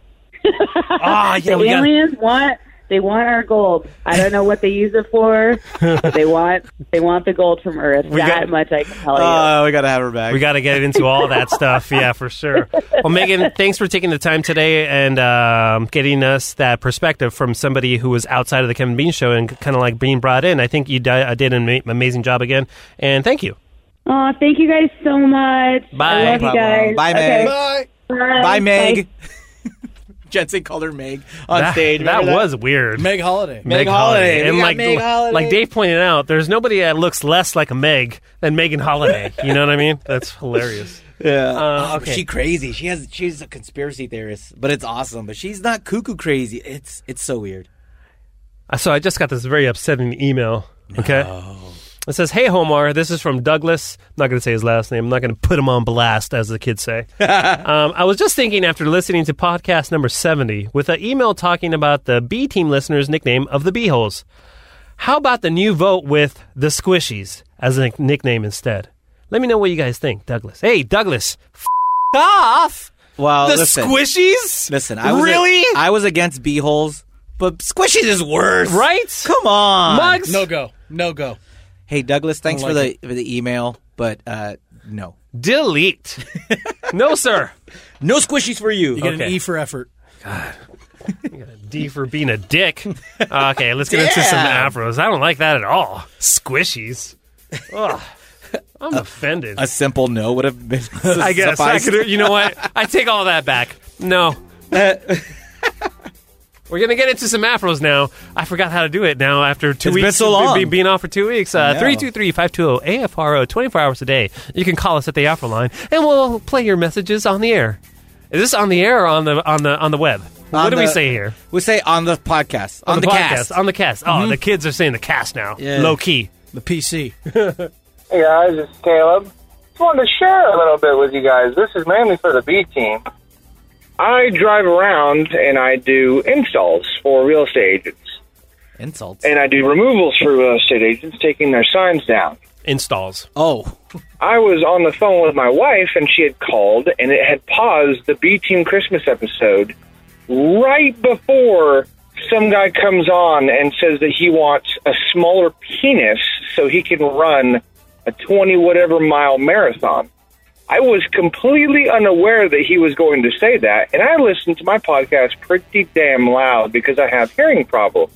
Speaker 1: ah, yeah, we got.
Speaker 6: Aliens want they want our gold. I don't know what they use it for. but they want they want the gold from Earth. that
Speaker 1: got- Ah,
Speaker 6: much I can tell you.
Speaker 2: Oh, we got to have her back.
Speaker 1: We got to get into all that stuff. Yeah, for sure. Well, Megan, thanks for taking the time today and um, getting us that perspective from somebody who was outside of the Kevin Bean show and kind of like being brought in. I think you di- uh, did an ama- amazing job again. And thank you.
Speaker 6: Aw, thank you guys so much.
Speaker 1: Bye.
Speaker 6: I love you guys.
Speaker 2: Bye,
Speaker 6: Okay,
Speaker 2: Meg.
Speaker 3: Bye.
Speaker 6: Bye.
Speaker 2: Bye, Meg. Jensen called her Meg on
Speaker 1: That,
Speaker 2: stage.
Speaker 1: that
Speaker 2: Remember
Speaker 1: was weird.
Speaker 3: Meg Holiday.
Speaker 1: Meg
Speaker 2: Holiday. We
Speaker 1: And
Speaker 2: got
Speaker 1: like,
Speaker 2: Meg Holiday.
Speaker 1: like Dave pointed out, there's nobody that looks less like a Meg than Megan Holiday. you know what I mean? That's hilarious.
Speaker 2: Yeah.
Speaker 1: Uh,
Speaker 2: But
Speaker 1: okay.
Speaker 2: Oh, She crazy. She has. She's a conspiracy theorist, but it's awesome. But she's not cuckoo crazy. It's it's so weird.
Speaker 1: Uh, So I just got this very upsetting email. Okay. It says, "Hey Homar, this is from Douglas. I'm not going to say his last name. I'm not going to put him on blast, as the kids say. um, I was just thinking after listening to podcast number 70 with an email talking about the B team listeners' nickname of the Beeholes. How about the new vote with the Squishies as a nickname instead? Let me know what you guys think, Douglas. Hey, Douglas, f- off.
Speaker 2: Well,
Speaker 1: the
Speaker 2: Oh, listen.
Speaker 1: Squishies.
Speaker 2: Listen, I was
Speaker 1: really
Speaker 2: I was against beeholes, but squishies is worse.
Speaker 1: right.
Speaker 2: Come on.
Speaker 1: Mugs.
Speaker 3: No go. No go.
Speaker 2: Hey Douglas, thanks for
Speaker 3: Don't
Speaker 2: the for the email, but uh no.
Speaker 1: Delete. no, sir.
Speaker 2: No squishies for you.
Speaker 3: You get an
Speaker 1: Okay.
Speaker 3: E for effort.
Speaker 1: D for being a dick. Ah, Okay, let's get into some
Speaker 2: Damn.
Speaker 1: afros. I don't like that at all. Squishies. Ugh. I'm offended.
Speaker 2: A simple no would have been
Speaker 1: I guess. I
Speaker 2: sufficed.
Speaker 1: could, you know what? I take all that back. No. We're going to get into some afros now. I forgot how to do it now after two
Speaker 2: It's
Speaker 1: weeks.
Speaker 2: been so long.
Speaker 1: be- being off for two weeks.
Speaker 2: I
Speaker 1: Uh,
Speaker 2: know.
Speaker 1: 323-520-AFRO, 24 hours a day. You can call us at the Afro line, and we'll play your messages on the air. Is this on the air or on the, on the, on the web? what
Speaker 2: On
Speaker 1: do we
Speaker 2: the-
Speaker 1: say here?
Speaker 2: We say on the podcast. On, the,
Speaker 1: podcast.
Speaker 2: cast. Mm-hmm.
Speaker 1: On the cast. Oh, the kids are saying the cast now.
Speaker 2: Yeah.
Speaker 1: Low key.
Speaker 3: The PC.
Speaker 7: Hey guys, it's Caleb. Just wanted to share a little bit with you guys. This is mainly for the B team. I drive around and I do installs for real estate agents,
Speaker 2: Insults.
Speaker 7: and I do removals for real estate agents, taking their signs down.
Speaker 1: Installs.
Speaker 2: oh.
Speaker 7: I was on the phone with my wife, and she had called, and it had paused the B Team Christmas episode right before some guy comes on and says that he wants a smaller penis so he can run a 20 whatever mile marathon. I was completely unaware that he was going to say that, and I listened to my podcast pretty damn loud because I have hearing problems.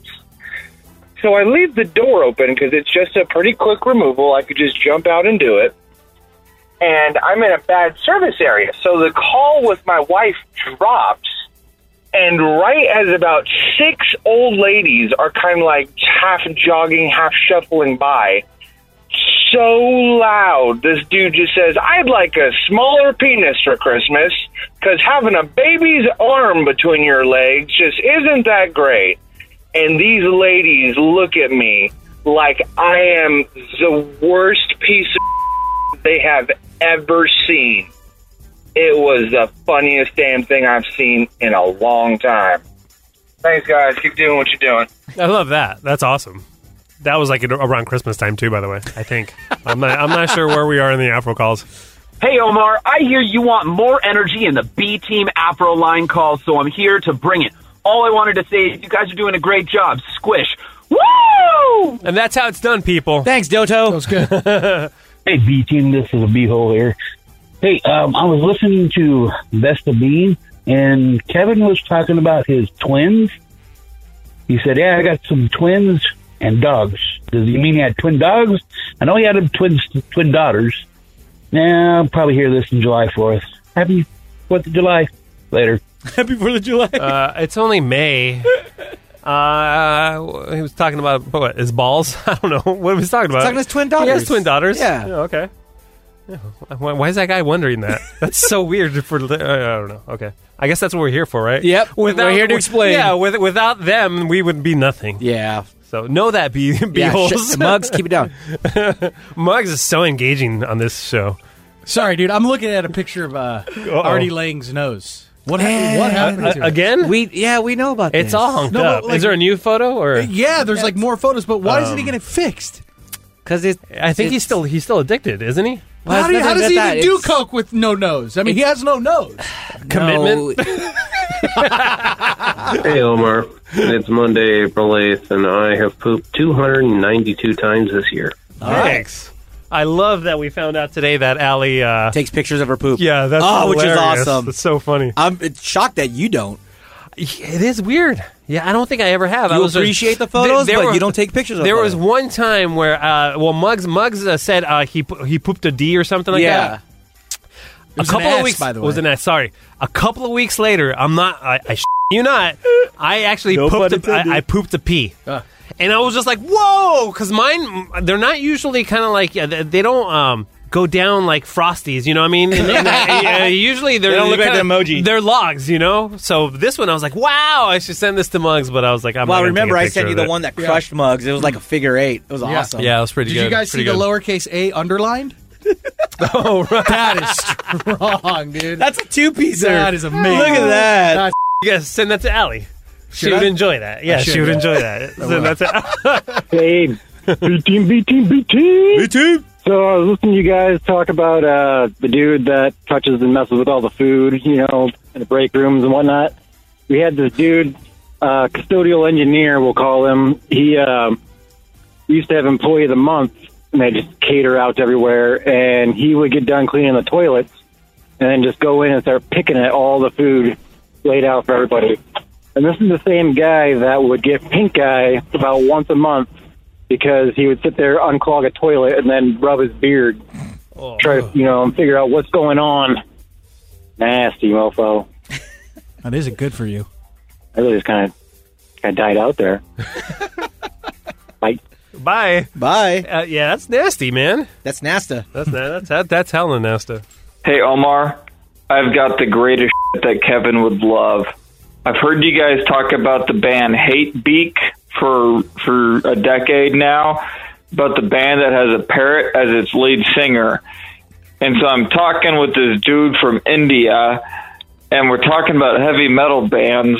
Speaker 7: So I leave the door open because it's just a pretty quick removal. I could just jump out and do it. And I'm in a bad service area. So the call with my wife drops. And right as about six old ladies are kind of like half jogging, half shuffling by, so loud, this dude just says, I'd like a smaller penis for Christmas because having a baby's arm between your legs just isn't that great and these ladies look at me like I am the worst piece of they have ever seen. It was the funniest damn thing I've seen in a long time. Thanks, guys. Keep doing what you're doing.
Speaker 1: I love that. That's awesome. That was like around Christmas time too, by the way. I think I'm not. I'm not sure where we are in the Afro calls.
Speaker 8: Hey Omar, I hear you want more energy in the B Team Afro line call, so I'm here to bring it. All I wanted to say is you guys are doing a great job. Squish. Woo!
Speaker 1: And that's how it's done, people.
Speaker 2: Thanks, Doto.
Speaker 9: Hey, B team, this is a beehole here. Hey, um, I was listening to Vesta Bean, and Kevin was talking about his twins. He said, "Yeah, I got some twins and dogs." Does he mean he had twin dogs? I know he had a twins, twin daughters. Now I'll probably hear this in July Fourth. Happy Fourth of July. Later.
Speaker 2: Happy Fourth of July.
Speaker 1: Uh, it's only May. Uh, he was talking about what his balls. I don't know what he was talking about.
Speaker 2: talking to his twin
Speaker 1: He
Speaker 2: daughters.
Speaker 1: has twin daughters.
Speaker 2: Yeah.
Speaker 1: okay. Yeah, Why, why is that guy wondering that? That's so weird. For li- uh, I don't know. Okay. I guess that's what we're here for, right?
Speaker 2: Yep. We're here to explain.
Speaker 1: Yeah. With, without them, we would be nothing.
Speaker 2: yeah.
Speaker 1: So know that be be
Speaker 2: Yeah,
Speaker 1: holes.
Speaker 2: shit. Mugs, keep it down.
Speaker 1: Muggs is so engaging on this show.
Speaker 3: Sorry, dude. I'm looking at a picture of uh, Artie Lang's nose. What, hap- what happened to it?
Speaker 1: Uh, Again,
Speaker 2: We yeah, we know about
Speaker 1: it's
Speaker 2: this.
Speaker 1: all honked
Speaker 3: No, but,
Speaker 1: up.
Speaker 3: like-
Speaker 1: is there a new photo or?
Speaker 3: Uh,
Speaker 1: Um,
Speaker 3: Yeah, there's like more photos, but why isn't he getting it fixed?
Speaker 2: because it's.
Speaker 1: I think he's still he's still addicted, isn't he?
Speaker 2: Well,
Speaker 3: how,
Speaker 2: it's
Speaker 3: do you, how
Speaker 2: nothing
Speaker 3: does he
Speaker 2: but
Speaker 3: even
Speaker 2: that.
Speaker 3: do
Speaker 2: It's-
Speaker 3: coke with no nose? I mean, he has no nose.
Speaker 1: Commitment?
Speaker 10: Hey Omar, it's Monday, April 8th, and I have pooped 292 times this year.
Speaker 1: Thanks. I love that we found out today that Allie. Uh,
Speaker 2: takes pictures of her poop.
Speaker 1: yeah, that's
Speaker 2: oh, which is
Speaker 1: hilarious.
Speaker 2: awesome.
Speaker 1: That's so funny.
Speaker 2: I'm it's shocked that you don't.
Speaker 1: It is weird. Yeah, I don't think I ever have. I
Speaker 2: You
Speaker 1: was just-
Speaker 2: appreciate the photos,
Speaker 1: There- there
Speaker 2: but
Speaker 1: were-
Speaker 2: you don't take pictures of
Speaker 1: There
Speaker 2: them.
Speaker 1: was one time where, uh, well, Muggs Muggs uh, said uh, he po- he pooped a D or something like that.
Speaker 2: yeah.
Speaker 1: a
Speaker 3: was an
Speaker 1: couple
Speaker 3: ass,
Speaker 1: of weeks
Speaker 3: by the
Speaker 1: was
Speaker 3: way.
Speaker 1: an ass. Sorry, a couple of weeks later, I'm not. I, I sh- you not. I actually
Speaker 2: pun
Speaker 1: pooped. A,
Speaker 2: intended.
Speaker 1: I, I pooped a pee.
Speaker 2: Ah.
Speaker 1: And I was just like, "Whoa!" Because mine, they're not usually kind of like yeah, they, they don't. Um, go down like frosties. You know what I mean? And- and, uh, uh, usually they're
Speaker 4: They don't look
Speaker 1: they're
Speaker 4: like
Speaker 1: kinda-
Speaker 4: the emoji.
Speaker 1: They're logs, you know. So this one, I was like, wow, I should send this to Mugs, but I was like, I'm
Speaker 2: well,
Speaker 1: not gonna
Speaker 2: remember
Speaker 1: take a
Speaker 2: I
Speaker 1: picture
Speaker 2: sent you
Speaker 1: of
Speaker 2: the
Speaker 1: it.
Speaker 2: one that crushed mugs. It was like a figure eight. It was awesome.
Speaker 1: Yeah, it was pretty
Speaker 3: Did
Speaker 1: good.
Speaker 3: you guys see
Speaker 1: Pretty
Speaker 3: the
Speaker 1: good.
Speaker 3: lowercase a underlined?
Speaker 1: oh, right.
Speaker 3: That is strong, dude.
Speaker 2: That's a two piecer.
Speaker 3: That is amazing.
Speaker 2: Look at that.
Speaker 3: That's
Speaker 1: You guys send that to Allie. She
Speaker 3: Should
Speaker 1: would
Speaker 3: I?
Speaker 1: enjoy that. Yeah,
Speaker 3: should,
Speaker 1: she would
Speaker 3: yeah.
Speaker 1: enjoy that. Send that to-
Speaker 11: Hey, B team, B team, B team, B team. So I was listening to you guys talk about uh, the dude that touches and messes with all the food, you know, in the break rooms and whatnot. We had this dude, uh, custodial engineer, we'll call him. He um we used to have employee of the month, and they just cater out everywhere. And he would get done cleaning the toilets, and then just go in and start picking at all the food laid out for everybody. And this is the same guy that would get pink eye about once a month because he would sit there, unclog a toilet, and then rub his beard,
Speaker 2: Oh.
Speaker 11: try to, you know, and figure out what's going on. Nasty mofo.
Speaker 3: That isn't good for you.
Speaker 11: I really just kind of kind of died out there. Bye.
Speaker 1: Bye.
Speaker 2: Bye.
Speaker 1: Uh, yeah, that's nasty, man.
Speaker 2: That's Nasta.
Speaker 1: That's na- that's that, that's hella nasty.
Speaker 12: Hey, Omar, I've got the greatest shit that Kevin would love. I've heard you guys talk about the band Hate Beak for for a decade now, but the band that has a parrot as its lead singer. And so I'm talking with this dude from India, and we're talking about heavy metal bands.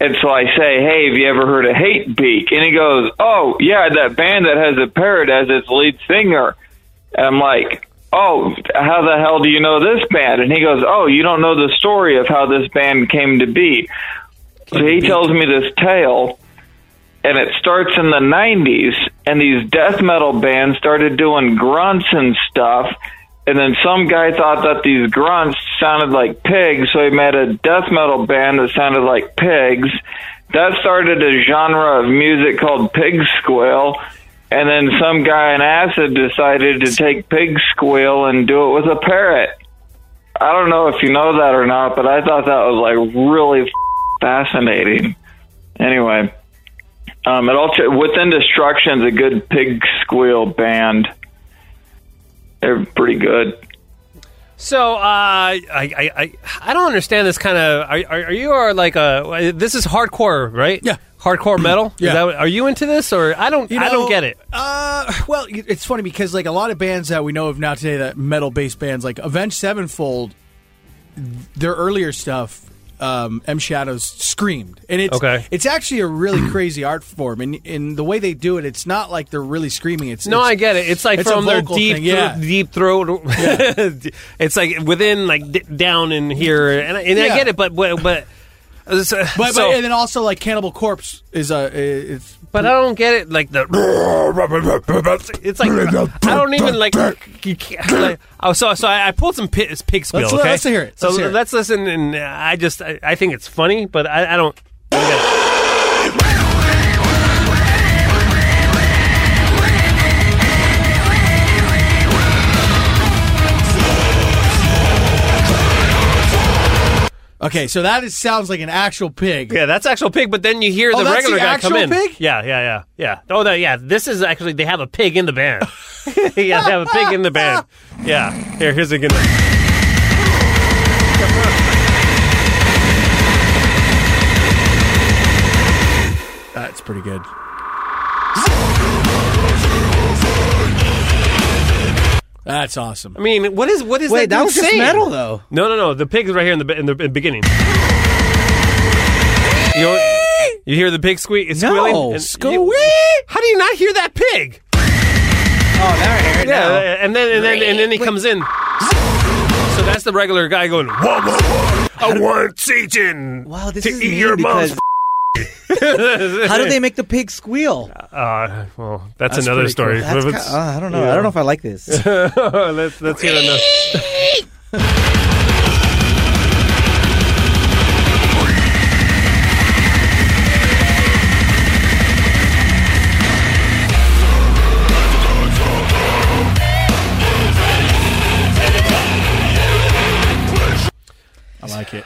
Speaker 12: And so I say, "Hey, have you ever heard of Hate Beak?" And he goes, "Oh, yeah, that band that has a parrot as its lead singer." And I'm like, oh, how the hell do you know this band? And he goes, oh, you don't know the story of how this band came to be. So he tells me this tale, and it starts in the 90s, and these death metal bands started doing grunts and stuff. And then some guy thought that these grunts sounded like pigs, so he made a death metal band that sounded like pigs. That started a genre of music called pig squeal. And then some guy in acid decided to take pig squeal and do it with a parrot. I don't know if you know that or not, but I thought that was like really f- fascinating. Anyway, um, it all ch- within destruction's a good pig squeal band. They're pretty good.
Speaker 1: So uh, I, I I I don't understand this kind of. Are, are, are you are like a this is hardcore, right? Yeah, hardcore metal. Is
Speaker 3: Yeah.
Speaker 1: that what- are you into this or I don't
Speaker 3: You
Speaker 1: I
Speaker 3: know,
Speaker 1: don't get it.
Speaker 3: Uh, well, it- it's funny because like a lot of bands that we know of now today, that metal based bands like Avenged Sevenfold, their earlier stuff, um, M Shadows screamed, and it's
Speaker 1: Okay.
Speaker 3: it's actually a really crazy art form, and in the way they do it, it's not like they're really screaming. It's
Speaker 1: No,
Speaker 3: it's-
Speaker 1: I get it. It's like
Speaker 3: it's a
Speaker 1: from their
Speaker 3: vocal
Speaker 1: deep
Speaker 3: thing, yeah.
Speaker 1: thro- deep throat. it's like within like d- down in here, and, I- and I
Speaker 3: Yeah.
Speaker 1: get it, but but but. uh, so-
Speaker 3: but,
Speaker 1: so-
Speaker 3: but and then also like Cannibal Corpse is a it's
Speaker 1: But I don't get it. Like the, it's like I don't even like. you can't- like oh, so so I, I pulled some pig, pig squeal.
Speaker 3: Let's-
Speaker 1: okay,
Speaker 3: let's hear it.
Speaker 1: So
Speaker 3: Let's hear it.
Speaker 1: listen, and uh, I just I, I think it's funny, but I, I don't. I don't get it.
Speaker 3: okay. So that is, sounds like an actual pig.
Speaker 1: Yeah, that's actual pig. But then you hear
Speaker 3: Oh,
Speaker 1: the
Speaker 3: that's
Speaker 1: regular
Speaker 3: the
Speaker 1: guy come
Speaker 3: actual
Speaker 1: in.
Speaker 3: pig?
Speaker 1: Yeah, yeah, yeah, yeah. Oh, that, yeah. This is actually they have a pig in the band. yeah, they have a pig in the band. Yeah. Here, here's again.
Speaker 3: That's pretty good. That's awesome.
Speaker 1: I mean, what is what is
Speaker 2: Wait, that
Speaker 1: dude
Speaker 2: was just
Speaker 1: saying?
Speaker 2: metal though.
Speaker 1: No, no, no. The pig is right here in the be- in the, in the beginning. You, know, you hear the pig squeak? It's
Speaker 2: No.
Speaker 1: squealing. and you- how do you not hear that pig?
Speaker 2: Oh, there I hear it
Speaker 1: Yeah,
Speaker 2: now.
Speaker 1: and then and then and then he comes in. So that's the regular guy going. Whoa, whoa, whoa! I want Satan
Speaker 2: Wow, this
Speaker 1: to
Speaker 2: is
Speaker 1: eat
Speaker 2: mean
Speaker 1: your mom's.
Speaker 2: because how do they make the pig squeal?
Speaker 1: Uh, well, that's, another
Speaker 3: pretty
Speaker 1: story.
Speaker 2: That's
Speaker 1: But
Speaker 2: ki-
Speaker 1: it's-
Speaker 2: uh, I don't know. I don't know if I like this.
Speaker 1: let's let's hear another.
Speaker 3: I like it.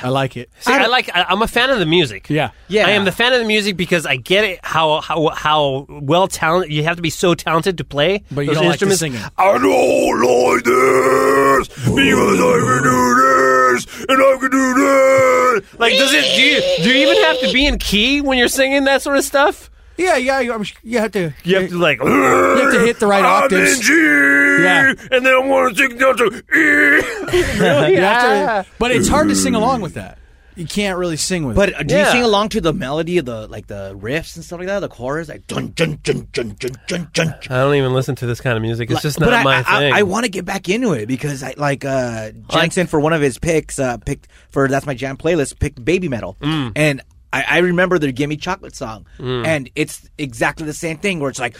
Speaker 3: I like it.
Speaker 1: See, I, like. I, I'm a fan of the music. Yeah,
Speaker 3: Yeah.
Speaker 1: I am the fan of the music because I get it. How how how well talented you have to be so talented to play. But
Speaker 3: you
Speaker 1: those
Speaker 3: don't like the
Speaker 1: instruments.
Speaker 3: singing.
Speaker 1: I don't like this because I can do this and I can do that. Like, does it? Do you, do you even have to be in key when you're singing that sort of stuff?
Speaker 3: Yeah, yeah. You, I'm sh- you have to.
Speaker 1: You have to like. You
Speaker 3: have to hit the right
Speaker 1: I'm
Speaker 3: octaves.
Speaker 1: in G,
Speaker 3: Yeah.
Speaker 1: and then I want to take down to E.
Speaker 3: You have to- but it's hard to sing along with that. You can't really sing with it.
Speaker 2: But uh, do you sing along to the melody of the like the riffs and stuff like that? The chorus, like dun dun dun dun dun dun dun.
Speaker 1: I don't even listen to this kind of music. It's
Speaker 2: Like,
Speaker 1: just
Speaker 2: but
Speaker 1: not
Speaker 2: I,
Speaker 1: my
Speaker 2: I,
Speaker 1: thing.
Speaker 2: I, want to get back into it because I like uh, Jensen for one of his picks. Uh, picked for that's my jam playlist. Picked baby metal,
Speaker 4: Mm.
Speaker 2: and I, I remember their "Gimme Chocolate" song,
Speaker 4: Mm.
Speaker 2: and it's exactly the same thing where it's like,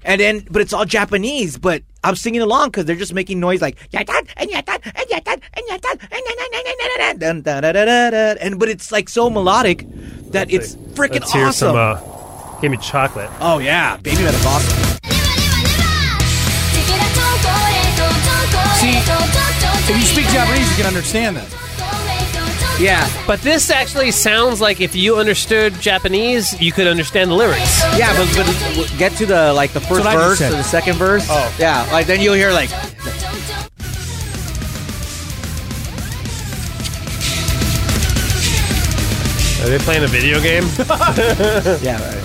Speaker 2: and then but it's all Japanese, but I'm singing along because they're just making noise like "Yatan, and yatan, and yatan, and yatan, and na, na, na, na, na, na, dun, da, da, da, da, da." and but it's like so melodic that it's freaking
Speaker 1: Let's hear
Speaker 2: awesome.
Speaker 1: some. Uh, give me chocolate.
Speaker 2: oh yeah, baby metal's awesome.
Speaker 3: See, if you speak Japanese, you can understand that.
Speaker 1: Yeah, but this actually sounds like if you understood Japanese, you could understand the lyrics.
Speaker 2: Yeah, but, but w- get to the like the
Speaker 1: what
Speaker 2: first
Speaker 1: I just
Speaker 2: verse
Speaker 1: said.
Speaker 2: or the second verse. Oh, yeah. Like then you'll hear like
Speaker 1: Are they playing a video game?
Speaker 2: yeah, right.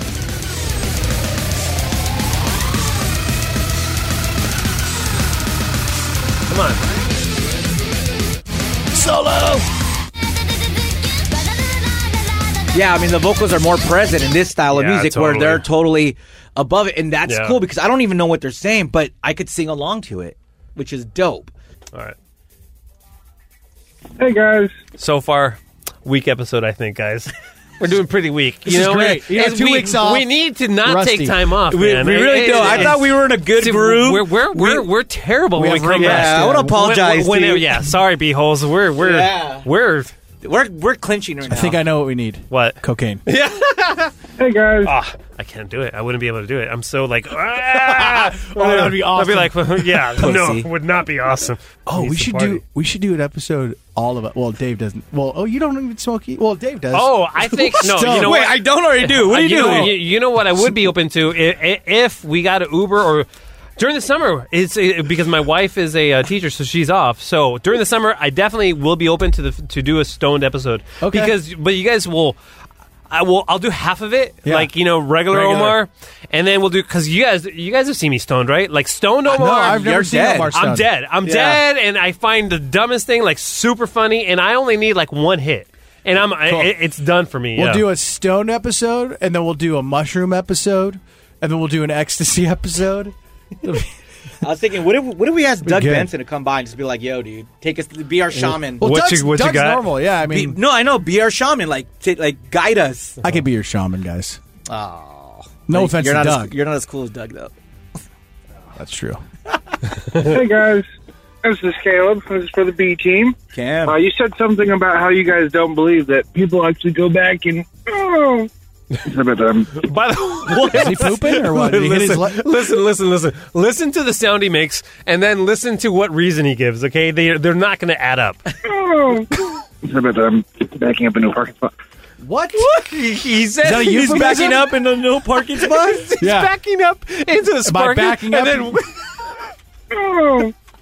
Speaker 1: Come on.
Speaker 2: solo. Yeah, I mean the vocals are more present in this style of
Speaker 4: Yeah,
Speaker 2: music where
Speaker 4: totally.
Speaker 2: they're totally above it, and that's
Speaker 4: Yeah.
Speaker 2: cool because I don't even know what they're saying, but I could sing along to it, which is dope.
Speaker 1: All right.
Speaker 7: Hey guys.
Speaker 1: So far, weak episode, I think, guys. We're doing pretty weak.
Speaker 2: This
Speaker 1: you
Speaker 2: is
Speaker 1: know,
Speaker 2: great.
Speaker 1: we-
Speaker 2: You have
Speaker 1: it's
Speaker 2: two
Speaker 1: weak.
Speaker 2: weeks off.
Speaker 1: We need to not
Speaker 2: Rusty.
Speaker 1: take time off.
Speaker 2: We-
Speaker 1: man.
Speaker 2: we really
Speaker 1: It-
Speaker 2: don't. I
Speaker 1: it-
Speaker 2: thought we were in a good
Speaker 1: See,
Speaker 2: groove.
Speaker 1: We're we're we're, we're terrible
Speaker 2: We
Speaker 1: when we
Speaker 2: have
Speaker 1: come
Speaker 2: rest,
Speaker 1: back.
Speaker 2: yeah. I wanna apologize to
Speaker 1: When, when,
Speaker 2: you.
Speaker 1: yeah, sorry, beeholes. We're we're
Speaker 2: Yeah.
Speaker 1: we're
Speaker 2: We're we're clinching right now.
Speaker 3: I think I know what we need.
Speaker 1: What?
Speaker 3: Cocaine.
Speaker 7: hey guys.
Speaker 1: Ah, I can't do it. I wouldn't be able to do it. I'm so like,
Speaker 2: Oh,
Speaker 1: ah!
Speaker 3: Oh, that would be awesome.
Speaker 1: I'd be like, yeah, no,
Speaker 3: Pussy.
Speaker 1: it would not be awesome.
Speaker 3: Oh,
Speaker 1: Needs
Speaker 3: we
Speaker 1: to
Speaker 3: should
Speaker 1: party.
Speaker 3: do we should do an episode all of it. Well, Dave doesn't. Well, oh, you don't even smoke. E- well, Dave does.
Speaker 1: Oh, I think no. You know what? Uh, you Know, you, you know what? I would be open to i- i- if we got an Uber or during the summer. It's uh, because my wife is a uh, teacher, so she's off. So during the summer, I definitely will be open to the to do a stoned episode.
Speaker 4: Okay.
Speaker 1: Because but you guys will. I will. I'll do half of it,
Speaker 4: Yeah.
Speaker 1: like you know, regular,
Speaker 4: Regular.
Speaker 1: Omar, and then we'll do because you guys, you guys have seen me stoned, right? Like stoned Omar.
Speaker 3: I've never
Speaker 1: you're
Speaker 3: seen
Speaker 1: dead.
Speaker 3: Omar
Speaker 1: I'm
Speaker 3: stoned.
Speaker 1: dead. I'm
Speaker 3: Yeah.
Speaker 1: dead, and I find the dumbest thing like super funny, and I only need like one hit, and I'm I, it- it's done for me.
Speaker 3: We'll
Speaker 1: yeah.
Speaker 3: do a stone episode, and then we'll do a mushroom episode, and then we'll do an ecstasy episode.
Speaker 2: I was thinking, what if what if we ask
Speaker 3: Be
Speaker 2: Doug
Speaker 3: good.
Speaker 2: Benson to come by and just be like, "Yo, dude, take us, be our shaman."
Speaker 3: Well, What Doug's- you- what you Doug's got? normal, yeah, I mean-
Speaker 2: Be- no, I know, be our shaman, like, t- like guide us.
Speaker 3: I could be your shaman, guys.
Speaker 2: Oh,
Speaker 3: No offense
Speaker 2: you're
Speaker 3: to
Speaker 2: not as-
Speaker 3: Doug.
Speaker 2: you're not as cool as Doug though.
Speaker 3: That's true.
Speaker 7: hey guys, this is Caleb. This is for the B team.
Speaker 2: Cam,
Speaker 7: Uh, you said something about how you guys don't believe that people actually go back and. Oh. I bet I'm
Speaker 1: By the
Speaker 7: What? Is he pooping or what? Did he hit his
Speaker 1: listen, listen, listen, listen. Listen to the sound he makes, and then listen to what reason he gives. Okay, they they're not going to add up.
Speaker 7: I bet I'm backing up into a parking spot.
Speaker 3: What?
Speaker 1: He, he said
Speaker 7: Is that a
Speaker 1: he's
Speaker 7: euphemism?
Speaker 1: backing up in
Speaker 2: a no parking spot.
Speaker 1: he's
Speaker 3: Yeah.
Speaker 1: backing up into the
Speaker 3: Am I
Speaker 1: spark,
Speaker 3: backing
Speaker 1: and
Speaker 3: up?
Speaker 1: then.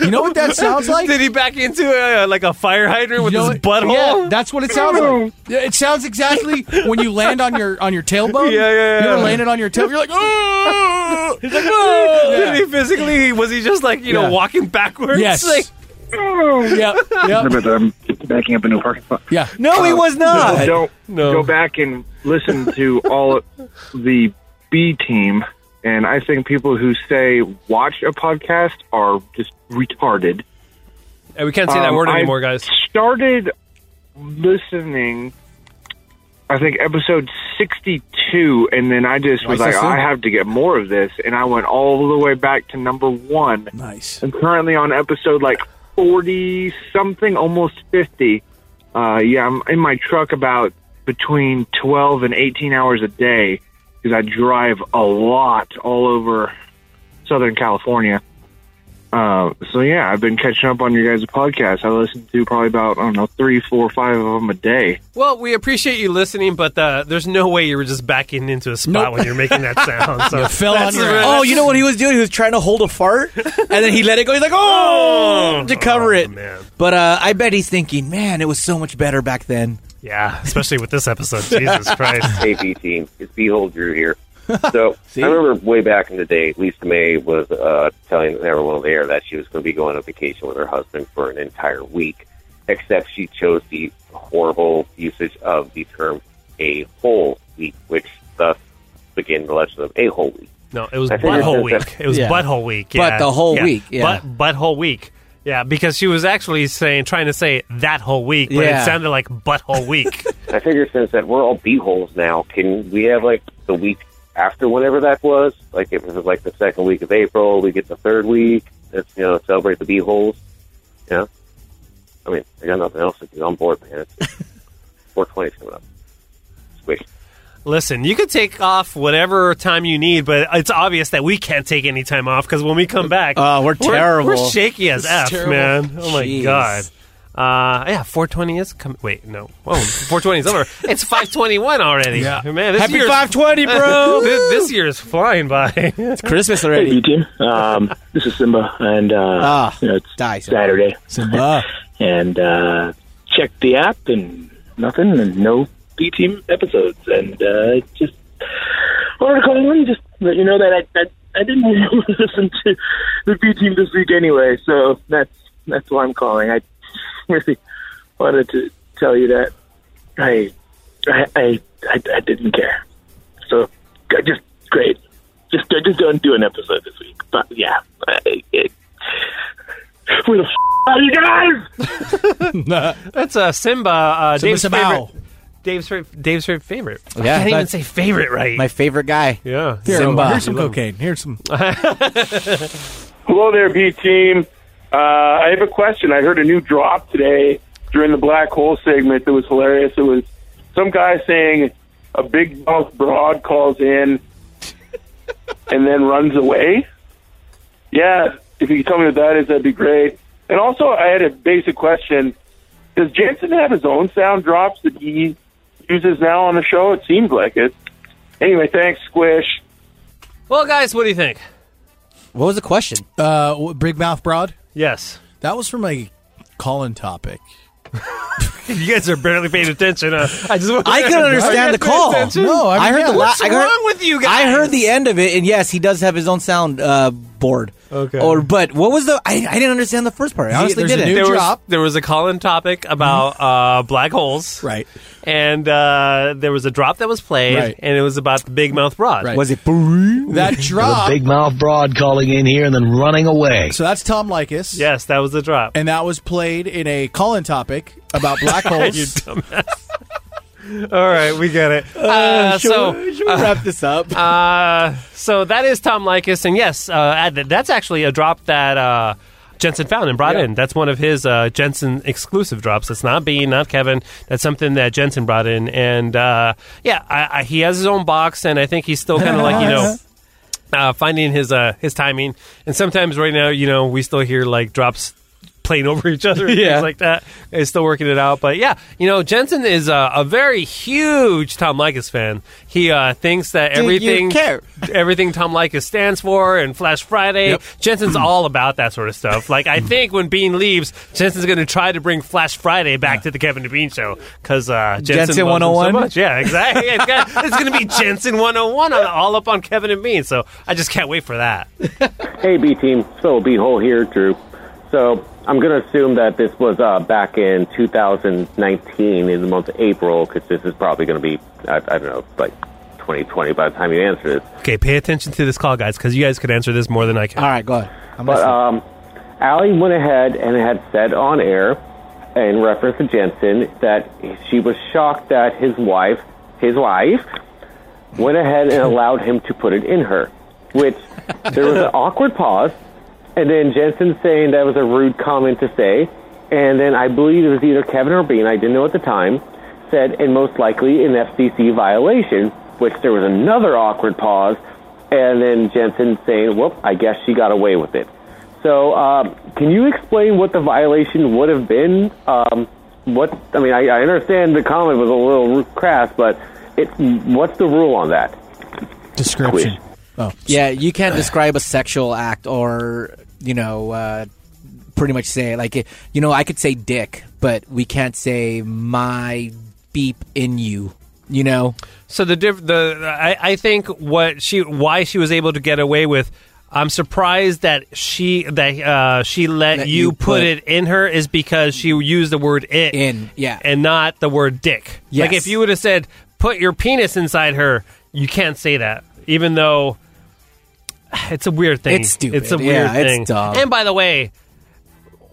Speaker 3: You know what that sounds like?
Speaker 1: Did he back into uh, like a fire hydrant with
Speaker 3: You know
Speaker 1: his
Speaker 3: what-
Speaker 1: butthole?
Speaker 3: Yeah, that's what it sounds like. Yeah, It sounds exactly when you land on your on your tailbone.
Speaker 1: Yeah, yeah, yeah.
Speaker 3: You ever landed on your tail? You're like, oh.
Speaker 1: He's like, oh.
Speaker 3: Yeah.
Speaker 1: Did he physically? Was he just like you
Speaker 3: Yeah.
Speaker 1: know walking backwards?
Speaker 3: Yes.
Speaker 1: Like,
Speaker 3: yep.
Speaker 7: I bet I'm backing up into a parking spot.
Speaker 3: Yeah.
Speaker 2: No, he was not.
Speaker 7: People Don't go back and listen to all the B team. And I think people who say watch a podcast are just retarded.
Speaker 1: Hey, we can't say that
Speaker 7: Um,
Speaker 1: word
Speaker 7: I
Speaker 1: anymore, guys.
Speaker 7: Started listening, I think episode sixty-two, and then I just was
Speaker 1: Nice,
Speaker 7: like,
Speaker 1: I see.
Speaker 7: I have to get more of this, and I went all the way back to number one.
Speaker 3: Nice.
Speaker 7: I'm currently on episode like forty something, almost fifty. Uh, yeah, I'm in my truck about between twelve and eighteen hours a day because I drive a lot all over Southern California.
Speaker 13: Uh, so yeah, I've been catching up on your guys' podcast. I listen to probably about I don't know three, four, five of them a day.
Speaker 1: Well, we appreciate you listening, but uh, there's no way you were just backing into a spot when you're making that sound. So that's really-
Speaker 2: Oh, you know what he was doing? He was trying to hold a fart, and then he let it go. He's like, oh, to cover it. But uh, I bet he's thinking, man, it was so much better back then.
Speaker 1: Yeah, especially with this episode. Jesus Christ.
Speaker 14: Hey, B team, it's Behold Drew here. So I remember way back in the day, Lisa May was uh, telling everyone there that she was going to be going on vacation with her husband for an entire week, except she chose the horrible usage of the term "a whole week," which thus began the legend of "a whole week."
Speaker 1: No, it was
Speaker 14: I figured
Speaker 1: butthole
Speaker 14: since
Speaker 1: week.
Speaker 14: that-
Speaker 1: It was
Speaker 14: Yeah.
Speaker 1: butthole week.
Speaker 14: But
Speaker 1: Yeah.
Speaker 14: the whole
Speaker 1: Yeah.
Speaker 14: week, yeah.
Speaker 1: But butthole week. Yeah, because she was actually saying, trying to say that whole week, but
Speaker 14: Yeah.
Speaker 1: it sounded like butthole week.
Speaker 14: I figure since that we're all beeholes now, can we have like the week after whenever that was? Like if it was like the second week of April, we get the third week. Let's you know celebrate the beeholes. Yeah, I mean I got nothing else to do. I'm bored, man. Four twenty's coming up. Squish.
Speaker 1: Listen, you could take off whatever time you need, but it's obvious that we can't take any time off because when we come back,
Speaker 2: Oh, we're terrible.
Speaker 1: We're, shaky as
Speaker 2: This is
Speaker 1: f,
Speaker 2: terrible.
Speaker 1: man. Oh my
Speaker 2: Jeez.
Speaker 1: god. Uh, yeah, 420 is coming. Wait, no. Oh, 420 is over. It's 521 already.
Speaker 2: Yeah.
Speaker 1: man. This
Speaker 2: Happy
Speaker 1: year's-
Speaker 2: 520, bro.
Speaker 1: this, this year is flying by. it's
Speaker 2: Christmas already.
Speaker 15: Hey, team. Um, this is Simba, and uh,
Speaker 2: Ah,
Speaker 15: you know, it's Saturday. Simba. and uh, checked the app, and nothing, and no B team episodes. And uh, just wanted to call in, just let you know that I, I, I didn't really listen to the B team this week anyway, so that's that's why I'm calling. I really wanted to tell you that I I I, I, I didn't care. So I just great. Just I just don't do an episode this week. But yeah, I, it, where the f- are you guys?
Speaker 1: That's uh, Simba. Uh,
Speaker 2: Simba
Speaker 1: Dave's
Speaker 2: Simao.
Speaker 1: favorite. Dave's fa- Dave's fa- favorite.
Speaker 2: Yeah,
Speaker 1: I can't even
Speaker 2: that's-
Speaker 1: say favorite right.
Speaker 2: My favorite guy.
Speaker 1: Yeah,
Speaker 2: Simba.
Speaker 3: Here's some cocaine. Here's some.
Speaker 16: Hello there, B team. Uh, I have a question. I heard a new drop today during the black hole segment that was hilarious. It was some guy saying a big mouth broad calls in and then runs away. Yeah, if you could tell me what that is, that'd be great. And also, I had a basic question. Does Jansen have his own sound drops that he uses now on the show? It seems like it. Anyway, thanks, Squish.
Speaker 1: Well, guys, what do you think?
Speaker 2: What was the question?
Speaker 3: Uh, w- Big Mouth Broad?
Speaker 1: Yes.
Speaker 3: That was from a call-in topic.
Speaker 1: you guys are barely paying attention. huh? I just
Speaker 2: I could understand the call.
Speaker 1: No, I,
Speaker 2: heard the la-
Speaker 1: What's
Speaker 2: I heard-
Speaker 1: wrong with you guys?
Speaker 2: I heard the end of it, and yes, he does have his own sound uh, board. Okay. Or, but what was the? I, I didn't understand the first part. I honestly didn't.
Speaker 1: there Was, there was a call-in topic about uh, black holes,
Speaker 3: right?
Speaker 1: And uh, there was a drop that was played,
Speaker 17: Right.
Speaker 1: and it was about the big mouth broad.
Speaker 17: Right. Was
Speaker 2: it
Speaker 3: that drop?
Speaker 17: big mouth broad calling in here and then running away.
Speaker 3: So that's Tom Likas.
Speaker 1: Yes, that was the drop.
Speaker 3: And that was played in a call in topic about black holes.
Speaker 1: You All right, we get it. Uh,
Speaker 3: Uh, should
Speaker 1: so
Speaker 3: we- should we wrap
Speaker 1: this up? Uh, so that is Tom Likas, and yes, uh, add that- that's actually a drop that uh, Jensen found and brought
Speaker 17: Yeah.
Speaker 1: in. That's one of his uh, Jensen exclusive drops. It's not Bean, not Kevin. That's something that Jensen brought in, and uh, yeah, I, I, he has his own box, and I think he's still kind of like you know. Uh, finding his uh, his timing, and sometimes right now, you know, we still hear like drops playing over each other, and
Speaker 17: Yeah.
Speaker 1: things like that. It's still working it out, but yeah, you know, Jensen is a, a very huge Tom Likas fan. He uh, thinks that
Speaker 17: Do you
Speaker 1: everything
Speaker 17: care?
Speaker 1: everything Tom Likas stands for and Flash Friday. Jensen's all about that sort of stuff. Like I think when Bean leaves, Jensen's going to try to bring Flash Friday back to the Kevin and Bean show because uh, Jensen,
Speaker 2: Jensen
Speaker 1: loves him
Speaker 2: 101?
Speaker 1: So much. Yeah, exactly. It's got- it's going to be Jensen 101 on, all up on Kevin and Bean. So I just can't wait for that.
Speaker 14: Hey, B team. So B hole here, Drew. So I'm going to assume that this was uh, back in 2019 in the month of April because this is probably going to be I, I don't know like 2020 by the time you answer this.
Speaker 1: Okay, pay attention to this call, guys, because you guys could answer this more than I can. All
Speaker 2: right, go ahead.
Speaker 14: But um, Allie went ahead and had said on air, in reference to Jensen, that she was shocked that his wife, his wife, went ahead and allowed him to put it in her. Which there was an awkward pause, and then Jensen saying that was a rude comment to say, and then I believe it was either Kevin or Bean, I didn't know at the time, said, and most likely an FCC violation. Which there was another awkward pause, and then Jensen saying, "Whoop, I guess she got away with it." So, um, can you explain what the violation would have been? Um, what I mean, I, I understand the comment was a little crass, but it, what's the rule on that?
Speaker 3: Description. Oh,
Speaker 2: Yeah, you can't describe a sexual act or, you know, uh, pretty much say, like, it- you know, I could say dick, but we can't say my beep in you, you know?
Speaker 1: So the diff- the I, I think what she why she was able to get away with. I'm surprised that she that uh, she let, you,
Speaker 2: you
Speaker 1: put,
Speaker 2: put-
Speaker 1: it in her is because she used the word it in
Speaker 2: yeah
Speaker 1: and not the word dick. Like
Speaker 2: Yes.
Speaker 1: if you would have said put your penis inside her, you can't say that. Even though it's a weird thing.
Speaker 2: It's stupid.
Speaker 1: It's a
Speaker 2: Yeah,
Speaker 1: weird
Speaker 2: it's
Speaker 1: thing.
Speaker 2: dumb.
Speaker 1: And by the way,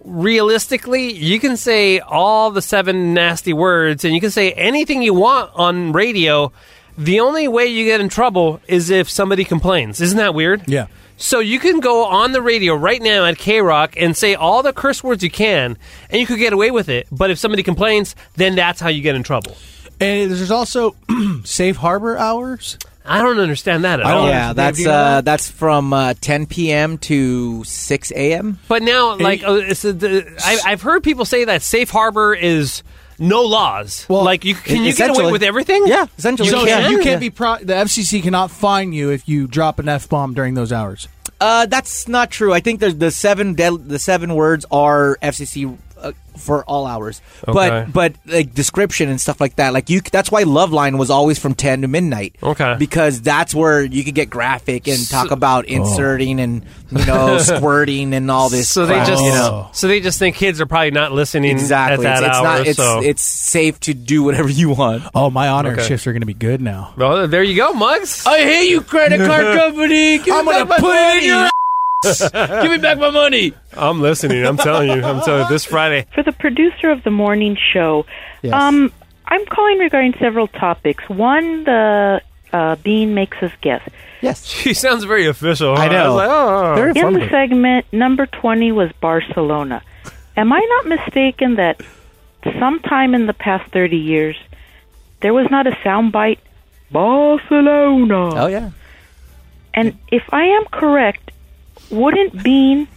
Speaker 1: realistically, you can say all the seven nasty words and you can say anything you want on radio. The only way you get in trouble is if somebody complains. Isn't that weird? Yeah. So you can go on the radio right now at K Rock and say all the curse words you can, and you could get away with it. But if somebody complains, then that's how you get in trouble.
Speaker 3: And there's also safe harbor hours.
Speaker 1: I don't understand that at all.
Speaker 2: yeah, that's uh, that's from uh, 10 p.m. to 6 a.m.
Speaker 1: But now, like, uh, it's uh, the, I, I've heard people say that safe harbor is no laws. Well, like, you can you get away
Speaker 3: essentially-
Speaker 1: with everything? Yeah,
Speaker 2: essentially,
Speaker 3: so you can't be pro- the FCC cannot fine you if you drop an f bomb during those hours.
Speaker 2: Uh, that's not true. I think there's the seven de- the seven words are FCC uh, for all hours,
Speaker 1: Okay.
Speaker 2: but but like description and stuff like that. Like you, c- that's why Love Line was always from ten to midnight.
Speaker 1: Okay.
Speaker 2: because that's where you could get graphic and talk about
Speaker 3: Oh.
Speaker 2: inserting and you know squirting and all this.
Speaker 1: So they
Speaker 2: crap,
Speaker 1: just
Speaker 2: you know.
Speaker 1: so they just think kids are probably not listening
Speaker 2: Exactly.
Speaker 1: at that
Speaker 2: It's- it's
Speaker 1: hour.
Speaker 2: not- it's-
Speaker 1: so.
Speaker 2: it's safe to do whatever you want.
Speaker 3: Oh, my honor
Speaker 1: Okay.
Speaker 3: shifts are going to be good now.
Speaker 1: well, there you go, Mugs.
Speaker 18: I hate you, credit card company. Give
Speaker 1: I'm
Speaker 18: me
Speaker 1: gonna
Speaker 18: back
Speaker 1: put
Speaker 18: my
Speaker 1: it
Speaker 18: money.
Speaker 1: in your
Speaker 18: ass. Give me back my money.
Speaker 1: I'm listening. I'm telling you. I'm telling you. This Friday.
Speaker 19: For the producer of the morning show,
Speaker 1: Yes.
Speaker 19: um, I'm calling regarding several topics. One, the uh, bean makes us guess.
Speaker 2: Yes.
Speaker 1: She sounds very official. huh?
Speaker 19: I know.
Speaker 1: was like, oh.
Speaker 19: In the segment, number 20 was Barcelona. Am I not mistaken that sometime in the past 30 years, there was not a soundbite, Barcelona?
Speaker 2: Oh, yeah.
Speaker 19: And if I am correct, wouldn't Bean,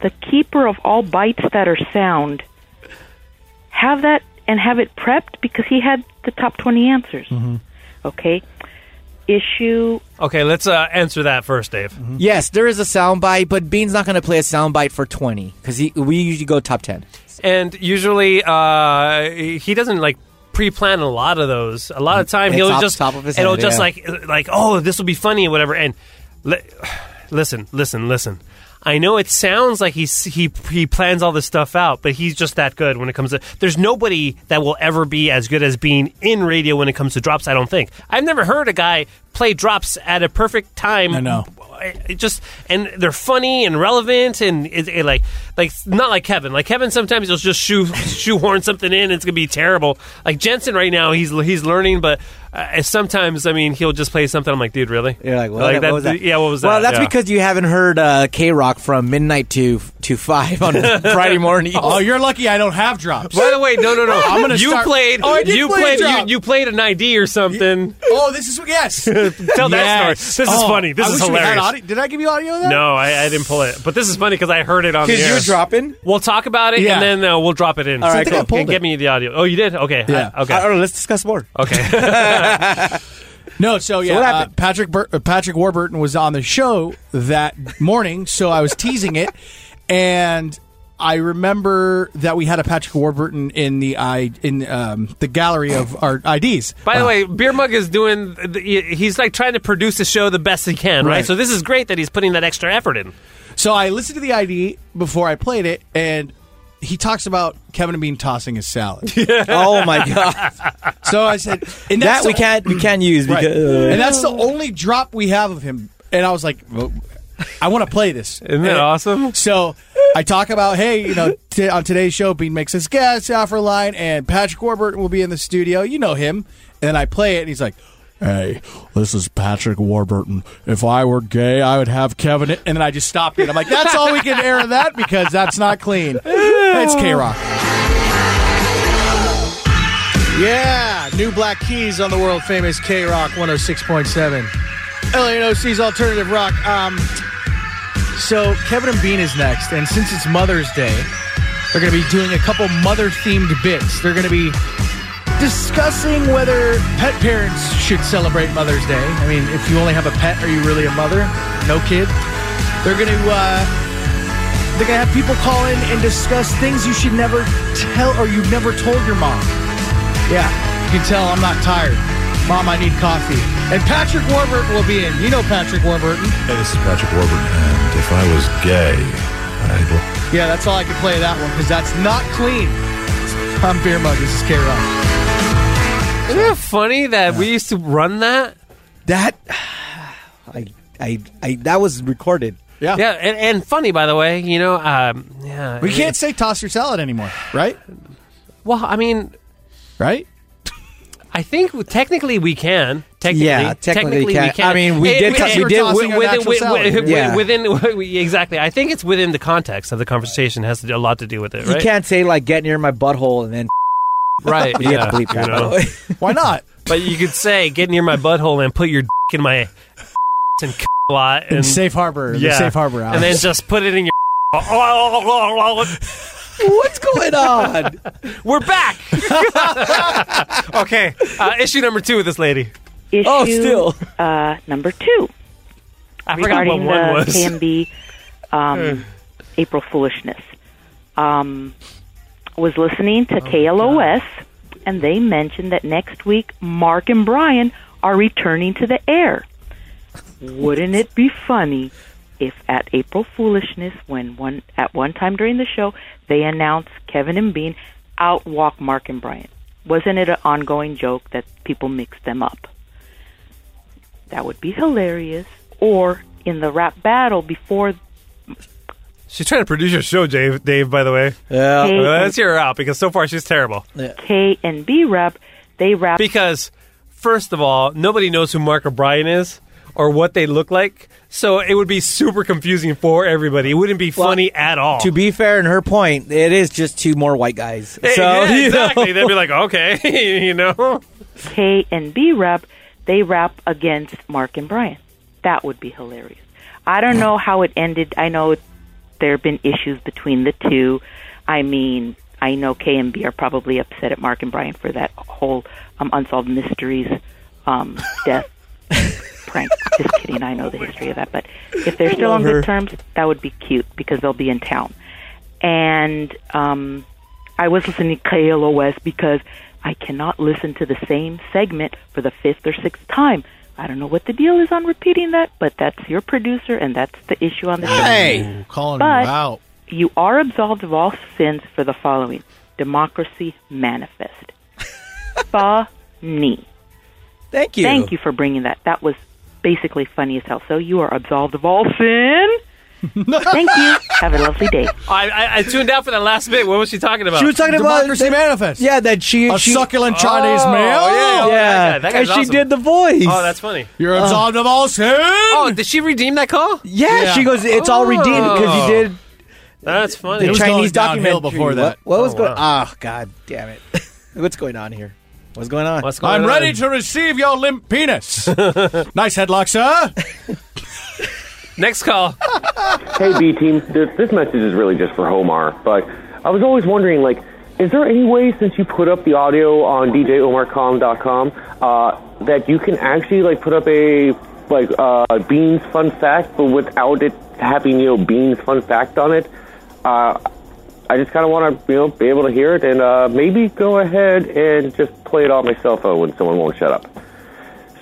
Speaker 19: the keeper of all bites that are sound, have that and have it prepped because he had the top 20 answers? Okay. Issue
Speaker 1: Okay, let's uh, answer that first, Dave.
Speaker 2: Yes, there is a soundbite, but Bean's not going to play a soundbite for twenty because we usually go top ten.
Speaker 1: And usually, uh, he doesn't like pre-plan a lot of those. A lot of time,
Speaker 2: Mm. It's
Speaker 1: he'll
Speaker 2: off
Speaker 1: just
Speaker 2: the top of his
Speaker 1: it'll
Speaker 2: head,
Speaker 1: just
Speaker 2: yeah.
Speaker 1: like like oh, this will be funny or whatever. And li- listen, listen, listen. I know it sounds like he's he he plans all this stuff out, but he's just that good when it comes to. There's nobody that will ever be as good as being in radio when it comes to drops. I don't think I've never heard a guy play drops at a perfect time. I know. It just and they're funny and relevant and it, it like like not like Kevin. Like Kevin sometimes he'll just shoe shoehorn something in. And it's gonna be terrible. Like Jensen right now he's he's learning, but uh, sometimes I mean he'll just play something. I'm like, dude, really? You're
Speaker 2: like, what,
Speaker 1: that,
Speaker 2: what was that?
Speaker 1: Yeah, what was that?
Speaker 2: Well, that's
Speaker 1: Yeah.
Speaker 2: because you haven't heard uh, K Rock from midnight to to five on Friday morning.
Speaker 3: Oh, you're lucky I don't have drops.
Speaker 1: By the way, no, no, no.
Speaker 3: I'm gonna
Speaker 1: you
Speaker 3: start-
Speaker 1: played.
Speaker 3: Oh, I did
Speaker 1: you
Speaker 3: play a
Speaker 1: played. You,
Speaker 3: drop.
Speaker 1: you played an ID or something.
Speaker 3: Oh, this is yes. Oh,
Speaker 1: Tell that story. This is funny. This
Speaker 3: I
Speaker 1: is
Speaker 3: wish we had
Speaker 1: hilarious.
Speaker 3: audio- Did I give you audio of that?
Speaker 1: No, I, I didn't pull it. But this is funny because I heard it on the
Speaker 2: 'Cause
Speaker 1: air.
Speaker 2: you're dropping?
Speaker 1: We'll talk about it
Speaker 2: Yeah.
Speaker 1: and then uh, we'll drop it in.
Speaker 2: All right, I think I
Speaker 1: cool.
Speaker 2: pulled
Speaker 1: Get- Get
Speaker 2: it.
Speaker 1: me the audio. Oh, you did? Okay.
Speaker 3: Yeah.
Speaker 1: I- okay.
Speaker 2: I don't know. Let's discuss more.
Speaker 1: Okay.
Speaker 3: No, so yeah,
Speaker 1: what
Speaker 3: uh,
Speaker 1: happened?
Speaker 3: Patrick Bur- uh, Patrick Warburton was on the show that morning, so I was teasing it, and I remember that we had a Patrick Warburton in the i in um, the gallery of our Uh, IDs.
Speaker 1: By the way, Beer Mug is doing. The, he's like trying to produce the show the best he can, right?
Speaker 3: Right.
Speaker 1: So this is great that he's putting that extra effort in.
Speaker 3: So I listened to the ID before I played it, and he talks about Kevin and Bean tossing his salad.
Speaker 2: Oh, my God.
Speaker 3: So I said, and
Speaker 2: That
Speaker 3: that's
Speaker 2: we
Speaker 3: the-
Speaker 2: can't- we can't use
Speaker 3: Right.
Speaker 2: because- uh,
Speaker 3: and that's the only drop we have of him. And I was like, well, I want to play this.
Speaker 1: Isn't that awesome?
Speaker 3: So I talk about, hey, you know, t- on today's show, Bean makes his guest offer line, and Patrick Warburton will be in the studio. You know him. And then I play it, and he's like. Hey, this is Patrick Warburton. If I were gay, I would have Kevin. And then I just stopped it. I'm like, that's all we can air of that because that's not clean. It's K Rock. Yeah, new Black Keys on the world famous K
Speaker 20: oh
Speaker 3: Rock 106.7. LANOC's alternative rock. Um,
Speaker 20: So Kevin and Bean is next, and since it's Mother's Day, they're going to be doing a couple mother-themed bits. They're going to be discussing whether pet parents should celebrate Mother's Day. I mean, if you only have a pet, are you really a mother? No kid. They're going to uh, they're going to have people call in and discuss things you should never tell or you've never told your mom. Yeah, you can tell I'm not tired. Mom, I need coffee. And Patrick Warburton will be in. You know Patrick Warburton.
Speaker 11: Hey, this is Patrick Warburton, and if I was gay, I'd
Speaker 20: Yeah, that's all I can play that one because that's not clean. I'm Beer Mug. This is K Rock.
Speaker 1: Isn't that funny that we used to run that?
Speaker 2: That I I I that was recorded.
Speaker 1: Yeah, yeah, and, and funny by the way. You know, um, yeah,
Speaker 3: We can't say toss your salad anymore, right?
Speaker 1: Well, I mean,
Speaker 3: right?
Speaker 1: I think technically we can. Technically,
Speaker 2: Yeah, technically we can. I mean, we did cut- we did- We're tossing an
Speaker 1: within,
Speaker 2: actual salad.
Speaker 1: within,
Speaker 2: Yeah.
Speaker 1: within- we- exactly. I think it's within the context of the conversation has to do- a lot to do with it,
Speaker 2: You
Speaker 1: right?
Speaker 2: can't say like get near my butthole and then
Speaker 1: Right?
Speaker 2: You
Speaker 1: yeah,
Speaker 2: have to bleep that.
Speaker 1: you know.
Speaker 3: Why not?
Speaker 1: But you could say, "Get near my butthole and put your dick in my and c- lot
Speaker 3: In
Speaker 1: and
Speaker 3: safe harbor, the
Speaker 1: yeah,
Speaker 3: safe harbor hours.
Speaker 1: and then just put it in your."
Speaker 2: What's going on?
Speaker 1: We're back. okay, uh, issue number two with this lady.
Speaker 19: Issue
Speaker 1: Oh, still.
Speaker 19: uh, number two
Speaker 1: I forgot what
Speaker 19: regarding
Speaker 1: one
Speaker 19: the
Speaker 1: was. Hmm.
Speaker 19: KMB um, April foolishness. Um, was listening
Speaker 1: Oh
Speaker 19: to KLOS, and they mentioned that next week Mark and Brian are returning to the air. Wouldn't it be funny if at April Foolishness, when one at one time during the show they announced Kevin and Bean outwalk Mark and Brian? Wasn't it an ongoing joke that people mixed them up? That would be hilarious. Or in the rap battle before
Speaker 1: She's trying to produce your show, Dave. Dave, by the way.
Speaker 2: Yeah,
Speaker 19: Hey.
Speaker 1: let's hear her out because so far she's terrible.
Speaker 19: K and B rap, they rap
Speaker 1: Because first of all, nobody knows who Mark O'Brien is or what they look like, so it would be super confusing for everybody. It wouldn't be funny at all.
Speaker 2: To be fair, in her point, it is just two more white guys.
Speaker 1: Eh,
Speaker 2: So
Speaker 1: yeah,
Speaker 2: you know.
Speaker 1: exactly. They'd be like, okay, you know.
Speaker 19: K and B rap, they rap against Mark and Brian. That would be hilarious. I don't know how it ended. I know there have been issues between the two. I mean, I know K and B are probably upset at Mark and Brian for that whole um, unsolved mysteries um, death prank. Just kidding. I know the history of that, but if they're
Speaker 6: I
Speaker 19: still
Speaker 6: love
Speaker 19: on
Speaker 6: her.
Speaker 19: good terms, that would be cute because they'll be in town. And um, I was listening to KLOS because I cannot listen to the same segment for the fifth or sixth time. I don't know what the deal is on repeating that, but that's your producer, and that's the issue on the show.
Speaker 3: Hey, calling
Speaker 19: But-
Speaker 3: you out.
Speaker 19: You are absolved of all sins for the following Democracy Manifest. funny.
Speaker 2: Thank
Speaker 19: you. Thank you for bringing that. That was basically funny as hell. So you are absolved of all sin. Thank you. Have a lovely day.
Speaker 1: I, I, I tuned out for that last bit. What was she talking about?
Speaker 19: She was talking about-
Speaker 3: Democracy Manifest.
Speaker 2: Yeah, that she
Speaker 3: a
Speaker 2: she-
Speaker 3: succulent Chinese
Speaker 1: Oh,
Speaker 3: meal.
Speaker 1: yeah, oh, that guy- that guy's
Speaker 2: and she
Speaker 1: awesome.
Speaker 2: did the voice. Uh.
Speaker 1: Oh, that's funny.
Speaker 3: You're absolved of all sin.
Speaker 1: Oh, did she redeem that call?
Speaker 2: Yeah, she goes, it's all
Speaker 1: Oh.
Speaker 2: redeemed because you did
Speaker 1: That's funny.
Speaker 2: the Chinese documentary.
Speaker 3: before
Speaker 2: What-
Speaker 3: that.
Speaker 2: What, was
Speaker 3: Oh,
Speaker 2: going?
Speaker 3: wow.
Speaker 2: Oh god, damn it! What's going on here? What's going on? What's
Speaker 3: I'm ready to receive your limp penis. nice headlock, sir.
Speaker 1: Next call.
Speaker 14: hey, B team, this, this message is really just for Omar, but I was always wondering, like, is there any way since you put up the audio on DJOmarCom.com uh, that you can actually like put up a like uh, Beans fun fact, but without it having you know Beans fun fact on it? Uh, I just kind of want to you know be able to hear it and uh, maybe go ahead and just play it on my cell phone when someone won't shut up.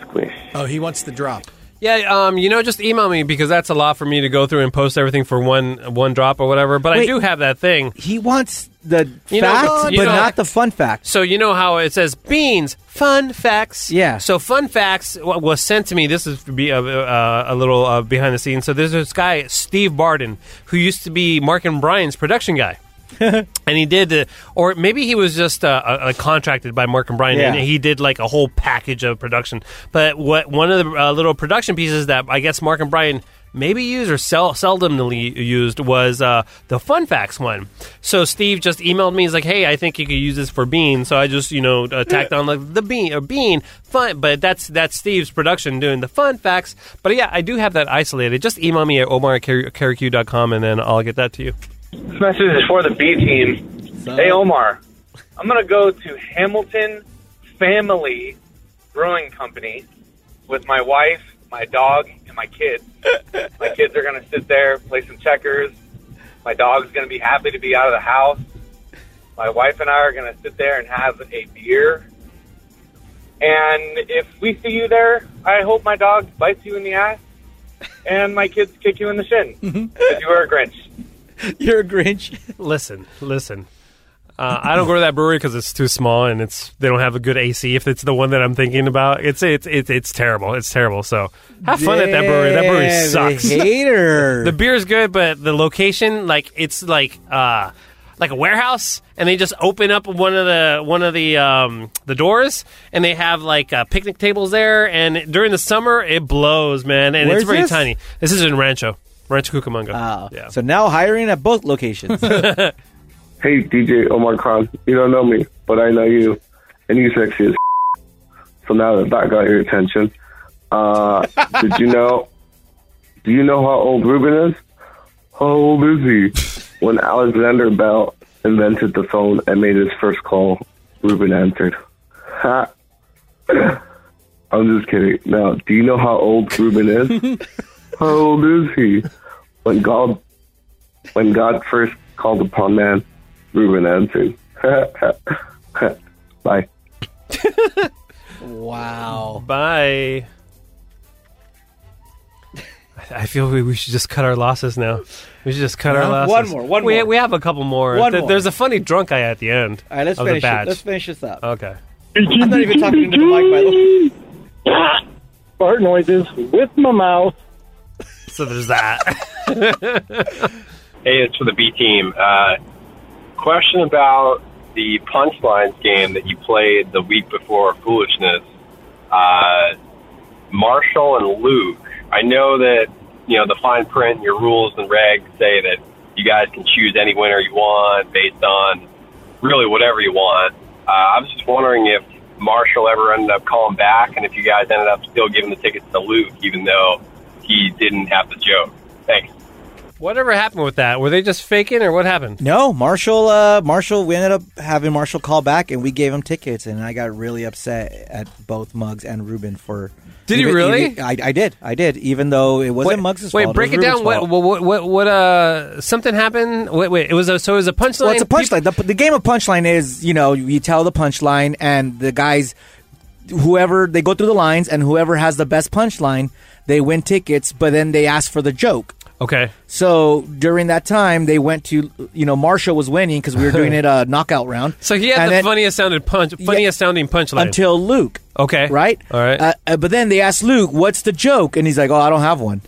Speaker 14: Squish.
Speaker 3: Oh, he wants the drop.
Speaker 1: Yeah, um, you know, just email me because that's a lot for me to go through and post everything for one one drop or whatever. But I
Speaker 2: Wait.
Speaker 1: do have that thing.
Speaker 2: He wants the
Speaker 1: You know,
Speaker 2: fact,
Speaker 1: you
Speaker 2: but
Speaker 1: know-
Speaker 2: not the fun fact.
Speaker 1: So you know how it says beans, fun facts. Yeah. So fun facts wa- was sent to me. This is be a, uh, a little uh, behind the scenes. So there's this guy Steve Barden who used to be Mark and Brian's production guy. and he did, uh, or maybe he was just uh, uh, contracted by Mark and Brian,
Speaker 18: Yeah.
Speaker 1: and he did like a whole package of production. But what one of the uh, little production pieces that I guess Mark and Brian maybe used or sel- seldomly used was uh, the fun facts one. So Steve just emailed me. He's like, "Hey, I think you could use this for bean." So I just you know uh, tacked on like the bean or bean fun, but that's that's Steve's production doing the fun facts. But yeah, I do have that isolated. Just email me at omar at carriq.com and then I'll get that to you.
Speaker 21: This message is for the B team. Hey, Omar. I'm going to go to Hamilton Family Brewing Company with my wife, my dog, and my kids. my kids are going to sit there, play some checkers. My dog's going to be happy to be out of the house. My wife and I are going to sit there and have a beer. And if we see you there, I hope my dog bites you in the ass and my kids kick you in the shin because you are a Grinch.
Speaker 1: You're a Grinch. listen, listen. Uh, I don't go to that brewery because it's too small and it's they don't have a good AC. If it's the one that I'm thinking about, it's it's it's, it's terrible. It's terrible. So have fun at that brewery. That brewery
Speaker 2: Damn,
Speaker 1: sucks.
Speaker 2: hater.
Speaker 1: the beer's good, but the location, like it's like uh, like a warehouse, and they just open up one of the one of the um, the doors, and they have like uh, picnic tables there. And during the summer, it blows, man, and
Speaker 2: Where's
Speaker 1: it's very
Speaker 2: this?
Speaker 1: tiny. This is in Rancho, Rancho Cucamonga. yeah.
Speaker 2: Ah. So now hiring at both locations.
Speaker 22: Hey, DJ Omar Khan, you don't know me, but I know you, and you sexy as So now that that got your attention, uh, did you know? Do you know how old Ruben is? How old is he? When Alexander Bell invented the phone and made his first call, Ruben answered. Ha. I'm just kidding. Now, do you know how old Ruben is? how old is he? When God, when God first called upon man, Ruben answered. Bye.
Speaker 1: Wow. Bye. I- I feel we, we should just cut our losses now. We should just cut our
Speaker 2: Well,
Speaker 1: losses.
Speaker 2: one more, one
Speaker 1: we,
Speaker 2: more.
Speaker 1: We have a couple more.
Speaker 2: One
Speaker 1: Th-
Speaker 2: more.
Speaker 1: There's a funny drunk guy at the end. All
Speaker 2: right, let's
Speaker 1: of
Speaker 2: finish
Speaker 1: the
Speaker 2: it.
Speaker 1: batch.
Speaker 2: Let's finish this up.
Speaker 1: Okay.
Speaker 2: I'm not even talking into the mic, by the way.
Speaker 23: Fart noises with my mouth.
Speaker 1: So there's that.
Speaker 24: Hey, it's for the B team. Uh, question about the punchlines game that you played the week before Foolishness. Uh, Marshall and Luke. I know that you know the fine print, and your rules and regs say that you guys can choose any winner you want based on really whatever you want. Uh, I was just wondering if Marshall ever ended up calling back, and if you guys ended up still giving the tickets to Luke, even though he didn't have the joke. Thanks.
Speaker 1: Whatever happened with that? Were they just faking or what happened?
Speaker 2: No, Marshall. Uh, Marshall. We ended up having Marshall call back, and we gave him tickets. And I got really upset at both Muggs and Ruben for.
Speaker 1: Did you
Speaker 2: even-
Speaker 1: really?
Speaker 2: even- I, I did. I did. Even though it wasn't Muggs'
Speaker 1: Wait,
Speaker 2: fault.
Speaker 1: break it
Speaker 2: was
Speaker 1: down.
Speaker 2: Ruben's
Speaker 1: What,
Speaker 2: fault.
Speaker 1: what, what, what, uh, something happened? Wait, wait, it was a, so it was a punchline?
Speaker 2: Well, it's a punchline. The, the game of punchline is you know you tell the punchline, and the guys, whoever they go through the lines, and whoever has the best punchline, they win tickets. But then they ask for the joke.
Speaker 1: Okay.
Speaker 2: So during that time, they went to you know Marshall was winning because we were doing it a knockout round.
Speaker 1: So he had
Speaker 2: And
Speaker 1: the
Speaker 2: then-
Speaker 1: funniest sounded punch, funniest sounding punchline.
Speaker 2: until Luke.
Speaker 1: Okay.
Speaker 2: Right?
Speaker 1: All right.
Speaker 2: Uh, uh, but then they asked Luke, what's the joke? And he's like, oh, I don't have one.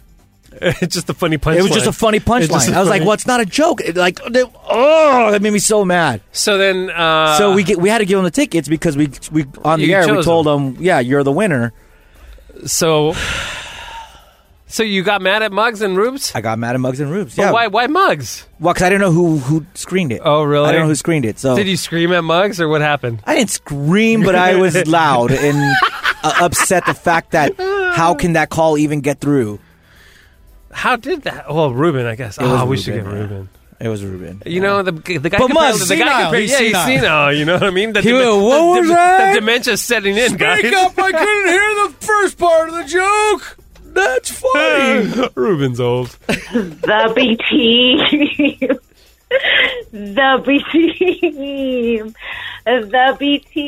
Speaker 1: it's just a funny punchline.
Speaker 2: It was just a funny
Speaker 1: It's just
Speaker 2: punchline.
Speaker 1: a
Speaker 2: I was like,
Speaker 1: funny-
Speaker 2: well, it's not a joke. It, like, they- oh, that made me so mad.
Speaker 1: So then, uh,
Speaker 2: so we get, we had to give him the tickets because we, we on the
Speaker 1: You
Speaker 2: air, we
Speaker 1: chose
Speaker 2: told him, yeah, you're the winner.
Speaker 1: So, so you got mad at Muggs and Rubes?
Speaker 2: I got mad at Muggs and Rubes.
Speaker 1: But
Speaker 2: yeah.
Speaker 1: why? Why Muggs?
Speaker 2: Well, because I didn't know who, who screened it. Oh,
Speaker 1: really?
Speaker 2: I don't know who screened it. So
Speaker 1: Did you scream at Muggs or what happened?
Speaker 2: I didn't scream, but I was loud and uh, upset the fact that how can that call even get through?
Speaker 1: How did that? Well, Ruben, I guess.
Speaker 2: It was
Speaker 1: oh, we should get
Speaker 2: Ruben, yeah.
Speaker 1: Ruben.
Speaker 2: It was Ruben.
Speaker 1: You know the the guy.
Speaker 2: But
Speaker 1: could
Speaker 2: Muggs,
Speaker 1: the
Speaker 2: senile.
Speaker 1: guy could
Speaker 2: He's
Speaker 1: yeah, he's
Speaker 2: senile.
Speaker 1: senile. You know what I mean? The
Speaker 2: He
Speaker 1: dim-
Speaker 2: went, "What
Speaker 1: the,
Speaker 2: was
Speaker 1: dim-
Speaker 2: that?"
Speaker 1: The dementia's setting in, guys.
Speaker 18: Speak up! I couldn't hear the first part of the joke.
Speaker 2: That's funny.
Speaker 1: Ruben's old.
Speaker 25: The B team. the B team. The B team.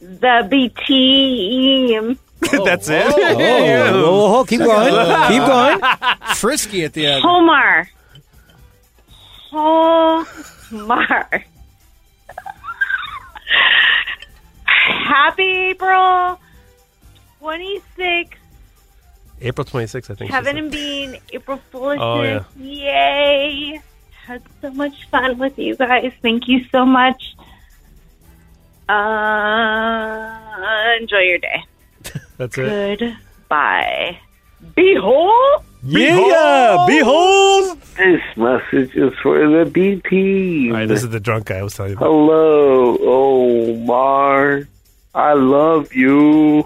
Speaker 25: The B team.
Speaker 1: That's it.
Speaker 3: Oh,
Speaker 2: oh, oh, keep going. Keep going.
Speaker 3: Frisky at the end.
Speaker 25: Homar. Homar. Happy April 26th.
Speaker 1: April 26th, I think. she
Speaker 25: Kevin
Speaker 1: said.
Speaker 25: and Bean, April Foolishness.
Speaker 1: Oh,
Speaker 25: Yay! Had so much fun with you guys. Thank you so much. Uh, enjoy your day.
Speaker 1: That's it.
Speaker 25: Goodbye.
Speaker 5: Behold?
Speaker 1: Yeah, behold!
Speaker 23: This message is for the BT.
Speaker 1: All right, this is the drunk guy I was telling you. About.
Speaker 23: Hello, Omar. I love you.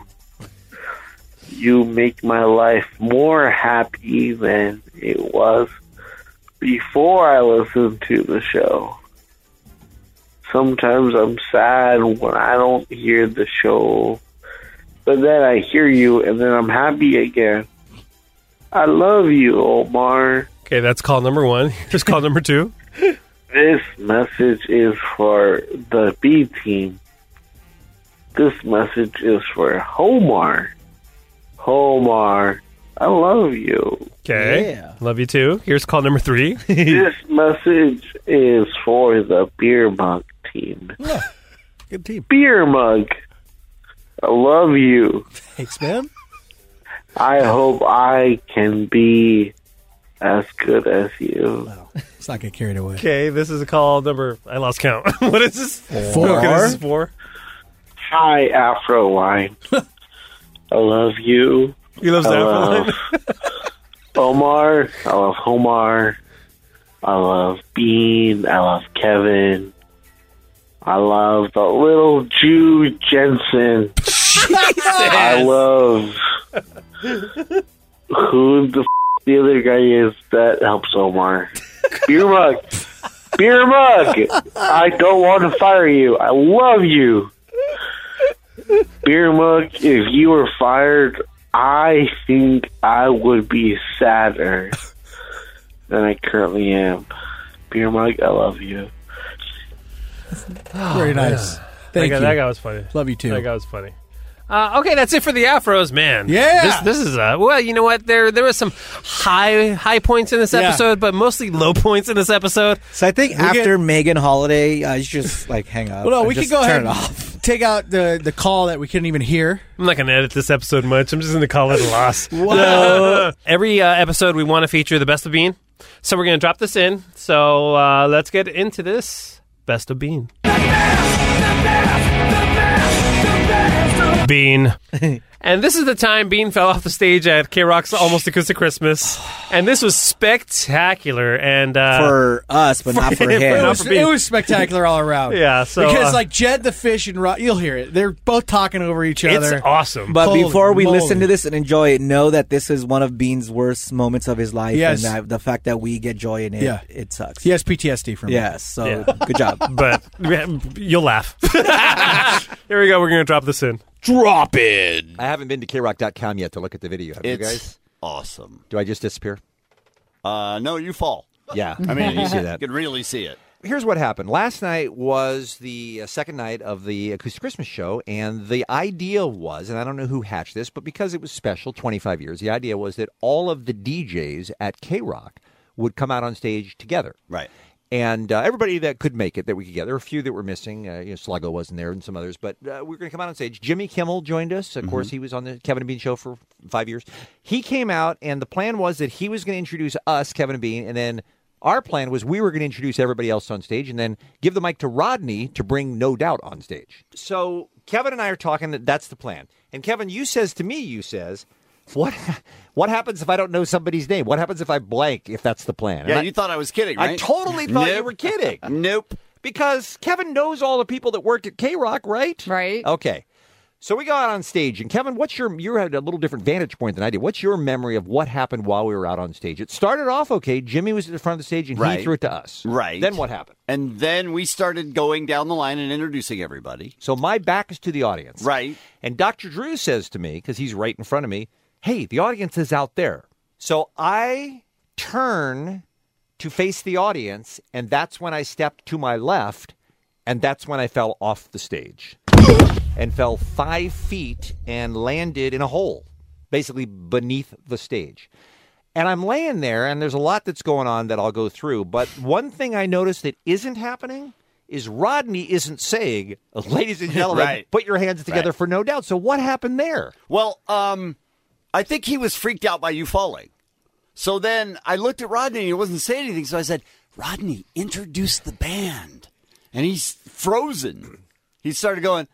Speaker 23: You make my life more happy than it was before I listened to the show. Sometimes I'm sad when I don't hear the show, but then I hear you and then I'm happy again. I love you, Omar.
Speaker 1: Okay, that's call number one. Here's call number two.
Speaker 23: This message is for the B team. This message is for Homar. Homar, I love you.
Speaker 1: Okay. Love you too. Here's call number three.
Speaker 23: this message is for the beer mug team.
Speaker 1: Good team.
Speaker 23: Beer mug, I love you.
Speaker 3: Thanks, man.
Speaker 23: I hope I can be as good as you.
Speaker 3: Let's not get carried away.
Speaker 1: Okay, this is call number. I lost count. what is this?
Speaker 23: Four.
Speaker 1: Okay, this is four.
Speaker 23: Hi, Afro Wine. I love you.
Speaker 1: He loves
Speaker 23: I
Speaker 1: Afro
Speaker 23: love Omar. I love Homar. I love Bean. I love Kevin. I love the little Jew Jensen.
Speaker 8: Oh,
Speaker 23: I love who the f- the other guy is that helps Omar. Beer mug. Beer mug. I don't want to fire you. I love you. Beer mug, if you were fired, I think I would be sadder than I currently am. Beer mug, I love you.
Speaker 2: Oh,
Speaker 3: Very nice. Thank
Speaker 1: that guy,
Speaker 3: you.
Speaker 1: That guy was funny.
Speaker 3: Love you too.
Speaker 1: That guy was funny. Uh, okay, that's it for the afros, man.
Speaker 3: Yeah.
Speaker 1: this, this is uh, well, you know what? There there was some high high points in this
Speaker 2: Yeah.
Speaker 1: episode, but mostly low points in this episode.
Speaker 2: So I think
Speaker 1: We
Speaker 2: after Megan Holiday, I should just like hang up.
Speaker 3: Well, no,
Speaker 2: and
Speaker 3: we could
Speaker 2: just
Speaker 3: go ahead
Speaker 2: turn
Speaker 3: and
Speaker 2: it off.
Speaker 3: take out the, the call that we couldn't even hear.
Speaker 1: I'm not going to edit this episode much. I'm just going to call it a loss.
Speaker 3: Whoa.
Speaker 1: Every uh, episode, we want to feature the best of Bean. So we're going to drop this in. So uh, let's get into this best of Bean. Bean. and this is the time Bean fell off the stage at K Rock's Almost Acoustic Christmas. And this was spectacular. And uh,
Speaker 2: For us, but not for him.
Speaker 3: It
Speaker 1: not
Speaker 3: was,
Speaker 1: for Bean.
Speaker 3: it was spectacular all around.
Speaker 1: Yeah, so,
Speaker 3: because
Speaker 1: uh,
Speaker 3: like Jed the fish and Rod, you'll hear it. They're both talking over each other.
Speaker 2: But
Speaker 3: Holy
Speaker 2: before we
Speaker 3: moly.
Speaker 2: listen to this and enjoy it, know that this is one of Bean's worst moments of his life,
Speaker 3: Yes.
Speaker 2: and that the fact that we get joy in it,
Speaker 3: Yeah.
Speaker 2: it sucks.
Speaker 3: he has PTSD from it.
Speaker 2: Yes, so good job.
Speaker 1: But you'll laugh. Here we go. We're going to drop this in.
Speaker 8: Drop it. I haven't been to krock.com yet to look at the video. Have you
Speaker 9: It's
Speaker 8: guys?
Speaker 9: awesome.
Speaker 8: Do I just disappear?
Speaker 9: Uh, no, you fall.
Speaker 8: Yeah.
Speaker 9: I mean,
Speaker 8: you see that.
Speaker 9: You can really see it.
Speaker 8: Here's what happened. Last night was the uh, second night of the Acoustic Christmas show, and the idea was, and I don't know who hatched this, but because it was special, 25 years, the idea was that all of the DJs at K Rock would come out on stage together. Right. And uh, everybody that could make it that we could get, there were a few that were missing. Uh, you know, Sluggo wasn't there, and some others, but uh, we were going to come out on stage. Jimmy Kimmel joined us. Of course, he was on the Kevin and Bean show for five years. He came out, and the plan was that he was going to introduce us, Kevin and Bean, and then our plan was we were going to introduce everybody else on stage and then give the mic to Rodney to bring No Doubt on stage. So Kevin and I are talking that that's the plan. And Kevin, you says to me, you says, what what happens if I don't know somebody's name? What happens if I blank if that's the plan? And
Speaker 9: Yeah,
Speaker 8: I-
Speaker 9: you thought I was kidding,
Speaker 8: I
Speaker 9: right?
Speaker 8: totally thought you
Speaker 9: Nope.
Speaker 8: were kidding.
Speaker 9: Nope.
Speaker 8: Because Kevin knows all the people that work at K Rock, right? Right. Okay. So we go out on stage, and Kevin, what's your you had a little different vantage point than I did. What's your memory of what happened while we were out on stage? It started off okay. Jimmy was at the front of the stage, and
Speaker 9: Right.
Speaker 8: he threw it to us.
Speaker 9: Right.
Speaker 8: Then what happened?
Speaker 9: And then we started going down the line and introducing everybody.
Speaker 8: So my back is to the audience. Right. And Dr. Drew says to me, because he's right in front of me, hey, the audience is out there. So I turn to face the audience, and that's when I stepped to my left, and that's when I fell off the stage and fell five feet and landed in a hole, basically beneath the stage. And I'm laying there, and there's a lot that's going on that I'll go through. But one thing I noticed that isn't happening is Rodney isn't saying, ladies and gentlemen,
Speaker 9: Right.
Speaker 8: put your hands together
Speaker 9: Right.
Speaker 8: for no doubt. So what happened there?
Speaker 9: Well, um, I think he was freaked out by you falling. So then I looked at Rodney and he wasn't saying anything. So I said, Rodney, introduce the band. And he's frozen. He started going,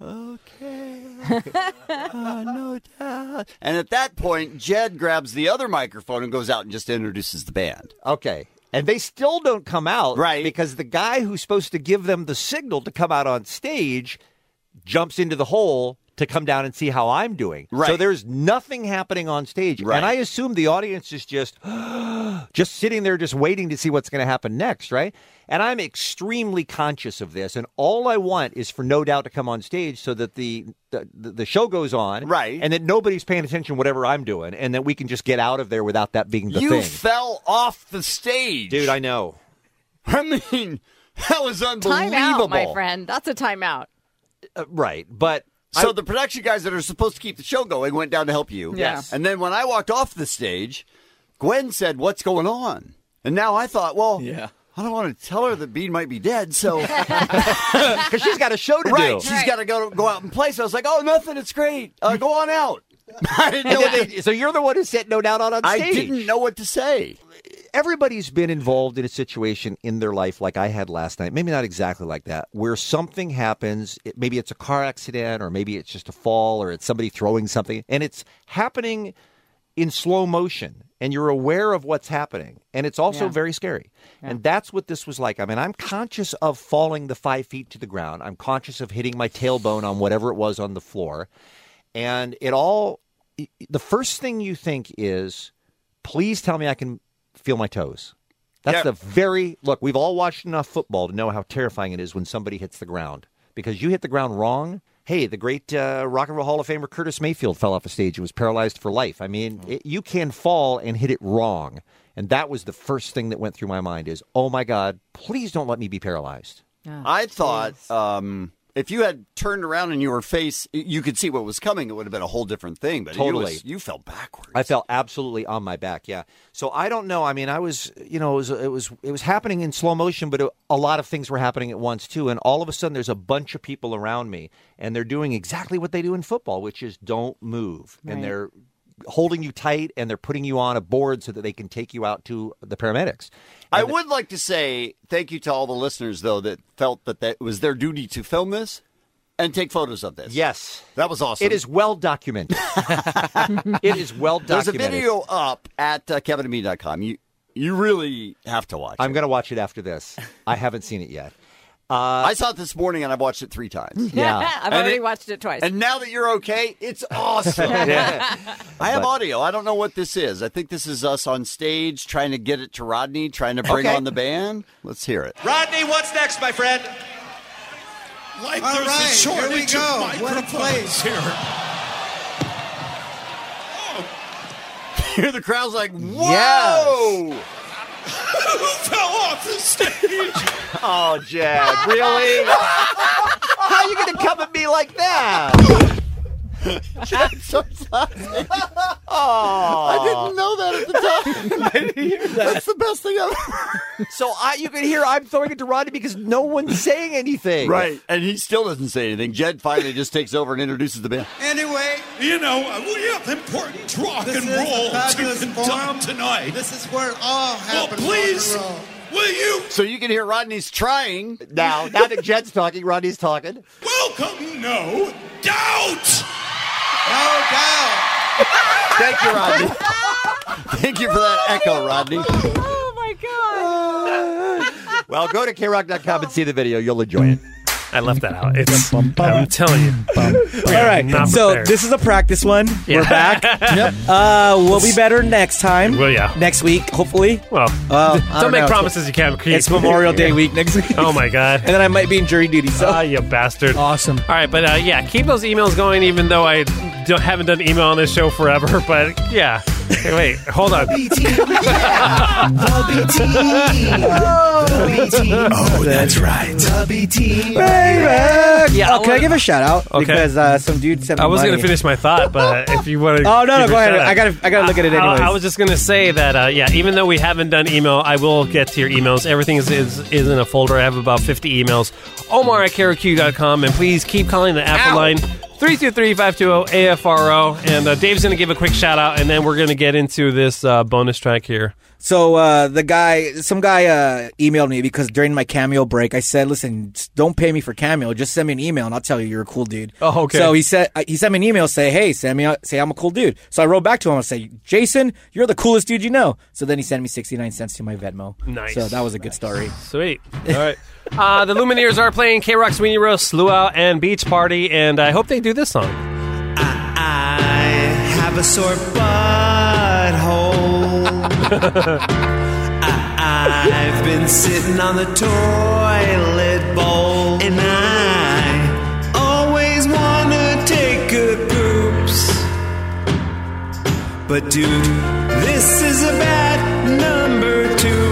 Speaker 9: Okay.
Speaker 23: oh, no doubt.
Speaker 9: And at that point, Jed grabs the other microphone and goes out and just introduces the band.
Speaker 8: Okay. And they still don't come out. Right. Because the guy who's supposed to give them the signal to come out on stage jumps into the hole to come down and see how I'm doing. Right. So there's nothing happening on stage. Right. And I assume the audience is just just sitting there just waiting to see what's going to happen next, right? And I'm extremely conscious of this and all I want is for no doubt to come on stage so that the the, the show goes on. Right. And that nobody's paying attention to whatever I'm doing and that we can just get out of there without that being the
Speaker 9: you
Speaker 8: thing.
Speaker 9: fell off the stage.
Speaker 8: Dude, I know.
Speaker 9: I mean, that was unbelievable.
Speaker 4: Time out, my friend. That's a timeout.
Speaker 8: Uh, right. But
Speaker 9: So the production guys that are supposed to keep the show going went down to help you.
Speaker 4: Yes. Yeah.
Speaker 9: And then when I walked off the stage, Gwen said, "What's going on?" And now I thought, well, yeah. I don't want to tell her that Bean might be dead, so because
Speaker 8: she's got a show to
Speaker 9: right,
Speaker 8: do.
Speaker 9: She's
Speaker 8: Right.
Speaker 9: got to go go out and play. So I was like, "Oh, nothing. It's great. Uh, go on out." I didn't know what
Speaker 8: so you're the one who said no doubt on on
Speaker 9: I
Speaker 8: stage.
Speaker 9: didn't know what to say.
Speaker 8: Everybody's been involved in a situation in their life like I had last night. Maybe not exactly like that, where something happens. It, maybe it's a car accident, or maybe it's just a fall, or it's somebody throwing something, and it's happening in slow motion, and you're aware of what's happening, and it's also
Speaker 5: Yeah.
Speaker 8: very scary. And that's what this was like. I mean, I'm conscious of falling the five feet to the ground. I'm conscious of hitting my tailbone on whatever it was on the floor, and it all. i- i- The first thing you think is, please tell me I can feel my toes. That's the very look. We've all watched enough football to know how terrifying it is when somebody hits the ground because you hit the ground wrong. Hey, the great uh, Rock and Roll Hall of Famer Curtis Mayfield fell off a stage and was paralyzed for life. I mean, it, you can fall and hit it wrong, and that was the first thing that went through my mind: is Oh my God, please don't let me be paralyzed.
Speaker 9: I thought um, if you had turned around and your face, you could see what was coming. It would have been a whole different thing. But you
Speaker 8: Totally.
Speaker 9: was- you fell backwards.
Speaker 8: I fell absolutely on my back. Yeah. So I don't know. I mean, I was, you know, it was, it was, it was happening in slow motion, but a lot of things were happening at once too. And all of a sudden, there's a bunch of people around me, and they're doing exactly what they do in football, which is don't move,
Speaker 5: Right.
Speaker 8: and they're holding you tight, and they're putting you on a board so that they can take you out to the paramedics.
Speaker 9: I would like to say thank you to all the listeners, though, that felt that, that it was their duty to film this and take photos of this.
Speaker 8: Yes.
Speaker 9: That was awesome.
Speaker 8: It is well documented. it is well
Speaker 9: There's a
Speaker 8: documented.
Speaker 9: video up at uh, kevinandme.com. You, you really have to watch
Speaker 8: I'm going to watch it after this. I haven't seen it yet. Uh,
Speaker 9: I saw it this morning and I've watched it three times.
Speaker 8: Yeah.
Speaker 4: I've
Speaker 9: And
Speaker 4: already
Speaker 9: it-
Speaker 4: watched it twice.
Speaker 9: And now that you're okay, it's awesome.
Speaker 8: Yeah.
Speaker 9: I have
Speaker 8: But-
Speaker 9: audio. I don't know what this is. I think this is us on stage trying to get it to Rodney, trying to bring
Speaker 7: Okay.
Speaker 9: on the band. Let's hear it.
Speaker 7: Rodney, what's next, my friend? Life,
Speaker 10: All
Speaker 7: there's a
Speaker 10: right, here we
Speaker 7: shortage
Speaker 10: go.
Speaker 7: of
Speaker 10: What a place.
Speaker 7: microphones here.
Speaker 9: Here the crowd's like, whoa!
Speaker 7: Who fell off the stage?
Speaker 9: Oh, Jack, really?
Speaker 7: How
Speaker 8: are you going to come at me like that?
Speaker 9: I didn't know that at the time. That's the best thing I've
Speaker 8: So I, you can hear I'm throwing it to Rodney because no one's saying anything.
Speaker 9: Right. And he still doesn't say anything. Jed finally just takes over and introduces the band.
Speaker 7: Anyway, you know we have important rock
Speaker 10: This
Speaker 7: and
Speaker 10: is
Speaker 7: roll
Speaker 10: fabulous
Speaker 7: to conduct tonight.
Speaker 10: This is where it all
Speaker 7: well,
Speaker 10: happens.
Speaker 7: please, will you
Speaker 9: So you can hear Rodney's trying
Speaker 7: now- now
Speaker 8: that Jed's talking, Rodney's talking.
Speaker 7: welcome? No doubt.
Speaker 10: No doubt.
Speaker 9: Thank you, Rodney. Thank you for that echo, Rodney.
Speaker 4: Oh my god.
Speaker 8: Well, go to krock.com and see the video. You'll enjoy it.
Speaker 1: I left that out. It's, I'm telling you.
Speaker 2: All right.
Speaker 1: Not
Speaker 2: so
Speaker 1: prepared.
Speaker 2: this is a practice one. We're
Speaker 1: Yeah.
Speaker 2: back.
Speaker 1: Yep.
Speaker 2: Uh, we'll be better next time. Well,
Speaker 1: yeah.
Speaker 2: Next week, hopefully.
Speaker 1: Well,
Speaker 2: uh, I
Speaker 1: don't make promises you can't keep.
Speaker 2: It's Memorial Day
Speaker 1: Yeah.
Speaker 2: week next week.
Speaker 1: Oh my god! And
Speaker 2: then I might be in jury duty. So,
Speaker 1: ah, you bastard!
Speaker 2: Awesome.
Speaker 1: All right, but uh, yeah, keep those emails going. Even though I don't, haven't done email on this show forever, but yeah. Hey, wait, hold on.
Speaker 11: Oh, that's right.
Speaker 2: Baby.
Speaker 1: Yeah,
Speaker 2: oh, Uh, can I give a shout out?
Speaker 1: Okay.
Speaker 2: Because uh, some dude sent me
Speaker 1: I was
Speaker 2: money.
Speaker 1: going to finish my thought, but if you want to.
Speaker 2: Oh, no, no, go ahead. I gotta- I gotta look at it anyways.
Speaker 1: I, was just going to say that, uh, yeah, even though we haven't done email, I will get to your emails. Everything is, is, is in a folder. I have about 50 emails. Omar at carrotq.com, and please keep calling the Apple line. oh, 323-520-AFRO. And uh, Dave's going to give a quick shout out, and then we're going to get into this uh, bonus track here.
Speaker 2: So uh, the guy, some guy uh, emailed me because during my cameo break, I said, "Listen, don't pay me for cameo. Just send me an email, and I'll tell you you're a cool dude."
Speaker 1: Oh, okay.
Speaker 2: So he said uh, he sent me an email, say, "Hey, send me, say I'm a cool dude." So I wrote back to him, I say, "Jason, you're the coolest dude you know." So then he sent me 69 cents to my Venmo.
Speaker 1: Nice.
Speaker 2: So that was a good story.
Speaker 1: Sweet. All right. Uh, the Lumineers are playing K Rock Sweeney Roast, Luau, and Beach Party, and I hope they do this song.
Speaker 10: I have a sore butthole. I, I've been sitting on the toilet bowl, and I always wanna take good poops. But dude, this is a bad number two.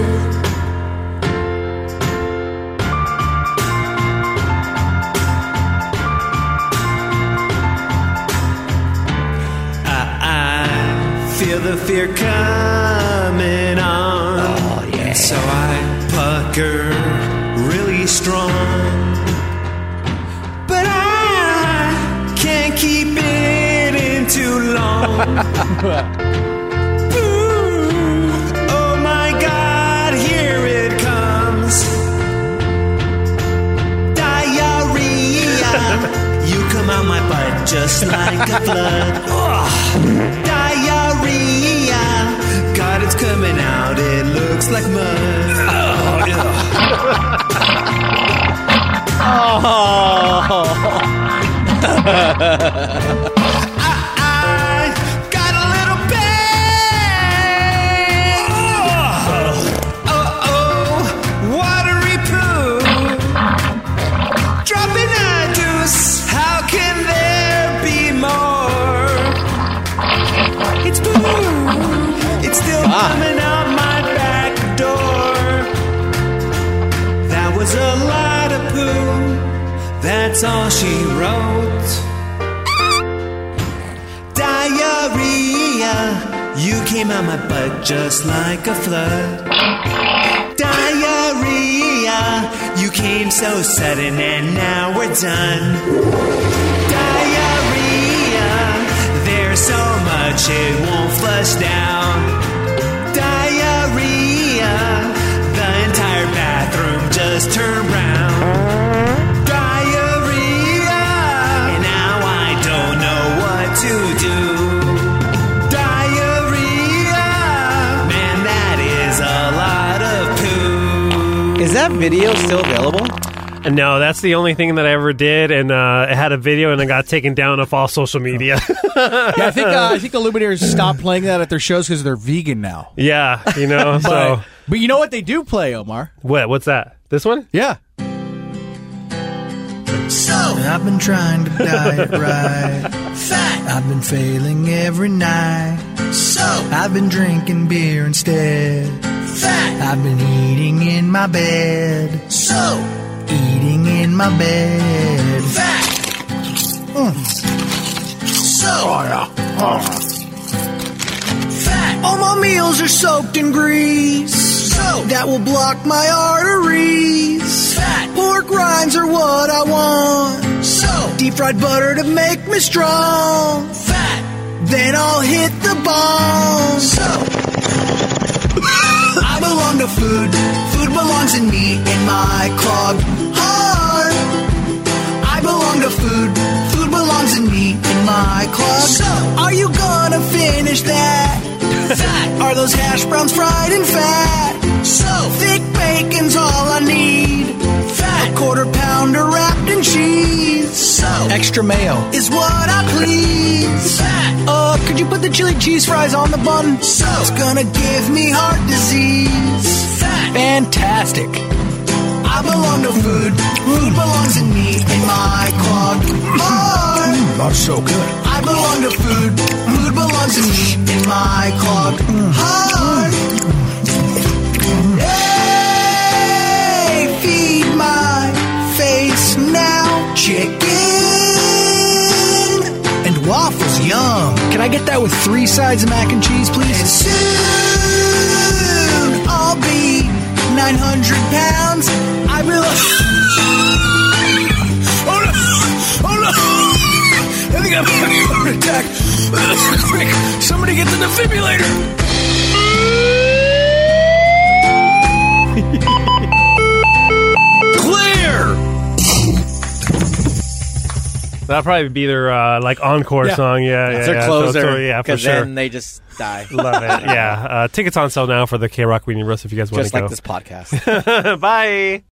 Speaker 10: I, I feel the fear coming on. Oh, yeah. So I pucker really strong. But I can't keep it in too long. Ooh, oh my God, here it comes. Diarrhea, you come out my butt just like a flood. Ugh. Diarrhea, God, it's coming out. It looks like mud. Ugh, ugh. I got a little pain. Oh, oh, watery poo. Dropping a deuce. How can there be more? It's poo. It's still coming out my back door. That was a lot of poo. That's all she wrote. Diarrhea, you came out my butt just like a flood. Diarrhea, you came so sudden and now we're done. Diarrhea, there's so much it won't flush down. Diarrhea, the entire bathroom just turned round. Diarrhea, and now I don't know what to do. Diarrhea, man, that is a lot of poo.
Speaker 2: Is that video still available?
Speaker 1: And no, that's the only thing that I ever did, and uh, it had a video, and it got taken down off all social media.
Speaker 3: Oh. yeah, I think uh, I think the Lumineers stopped playing that at their shows because they're vegan now.
Speaker 1: yeah, you know. so
Speaker 3: But, but you know what they do play, Omar?
Speaker 1: what? What's that? This one?
Speaker 3: Yeah.
Speaker 10: So I've been trying to diet right. Fat. I've been failing every night. So I've been drinking beer instead. Fat. I've been eating in my bed. So eating in my bed. Mm. Fat. So fat. All my meals are soaked in grease. So that will block my arteries. Fat. Pork rinds are what I want. So deep fried butter to make me strong. Fat. Then I'll hit the bone. So I belong to food. Food belongs in me in my clogged heart. I belong to food. Food belongs in me in my clogged. So are you gonna finish that? fat. Are those hash browns fried in fat? So thick bacon's all I need. Fat. A quarter pounder wrapped in cheese. So extra mayo is what I please. Fat. Uh, could you put the chili cheese fries on the bun? So it's gonna give me heart disease. Fat. Fantastic. I belong to food. Food belongs in me in my clogged heart.
Speaker 5: Not so good.
Speaker 10: I belong to food. Food belongs to me in my clogged heart. Hey, feed my face now, chicken and waffles. Yum. Can I get that with three sides of mac and cheese, please? And soon I'll be 900 pounds. I belong. Oh no! Oh no! I'm having a heart attack. Quick, somebody get the defibrillator. Clear.
Speaker 1: That'll probably be their uh, like encore
Speaker 2: Yeah.
Speaker 1: song. Yeah,
Speaker 2: That's
Speaker 1: yeah,
Speaker 2: their
Speaker 1: yeah.
Speaker 2: closer,
Speaker 1: So, so, yeah, for
Speaker 2: 'cause
Speaker 1: sure.
Speaker 2: then they just die.
Speaker 1: Love it. Yeah. Uh, tickets on sale now for the K Rock Weenie Roast if you guys want
Speaker 2: Just
Speaker 1: to go.
Speaker 2: like this podcast.
Speaker 1: Bye.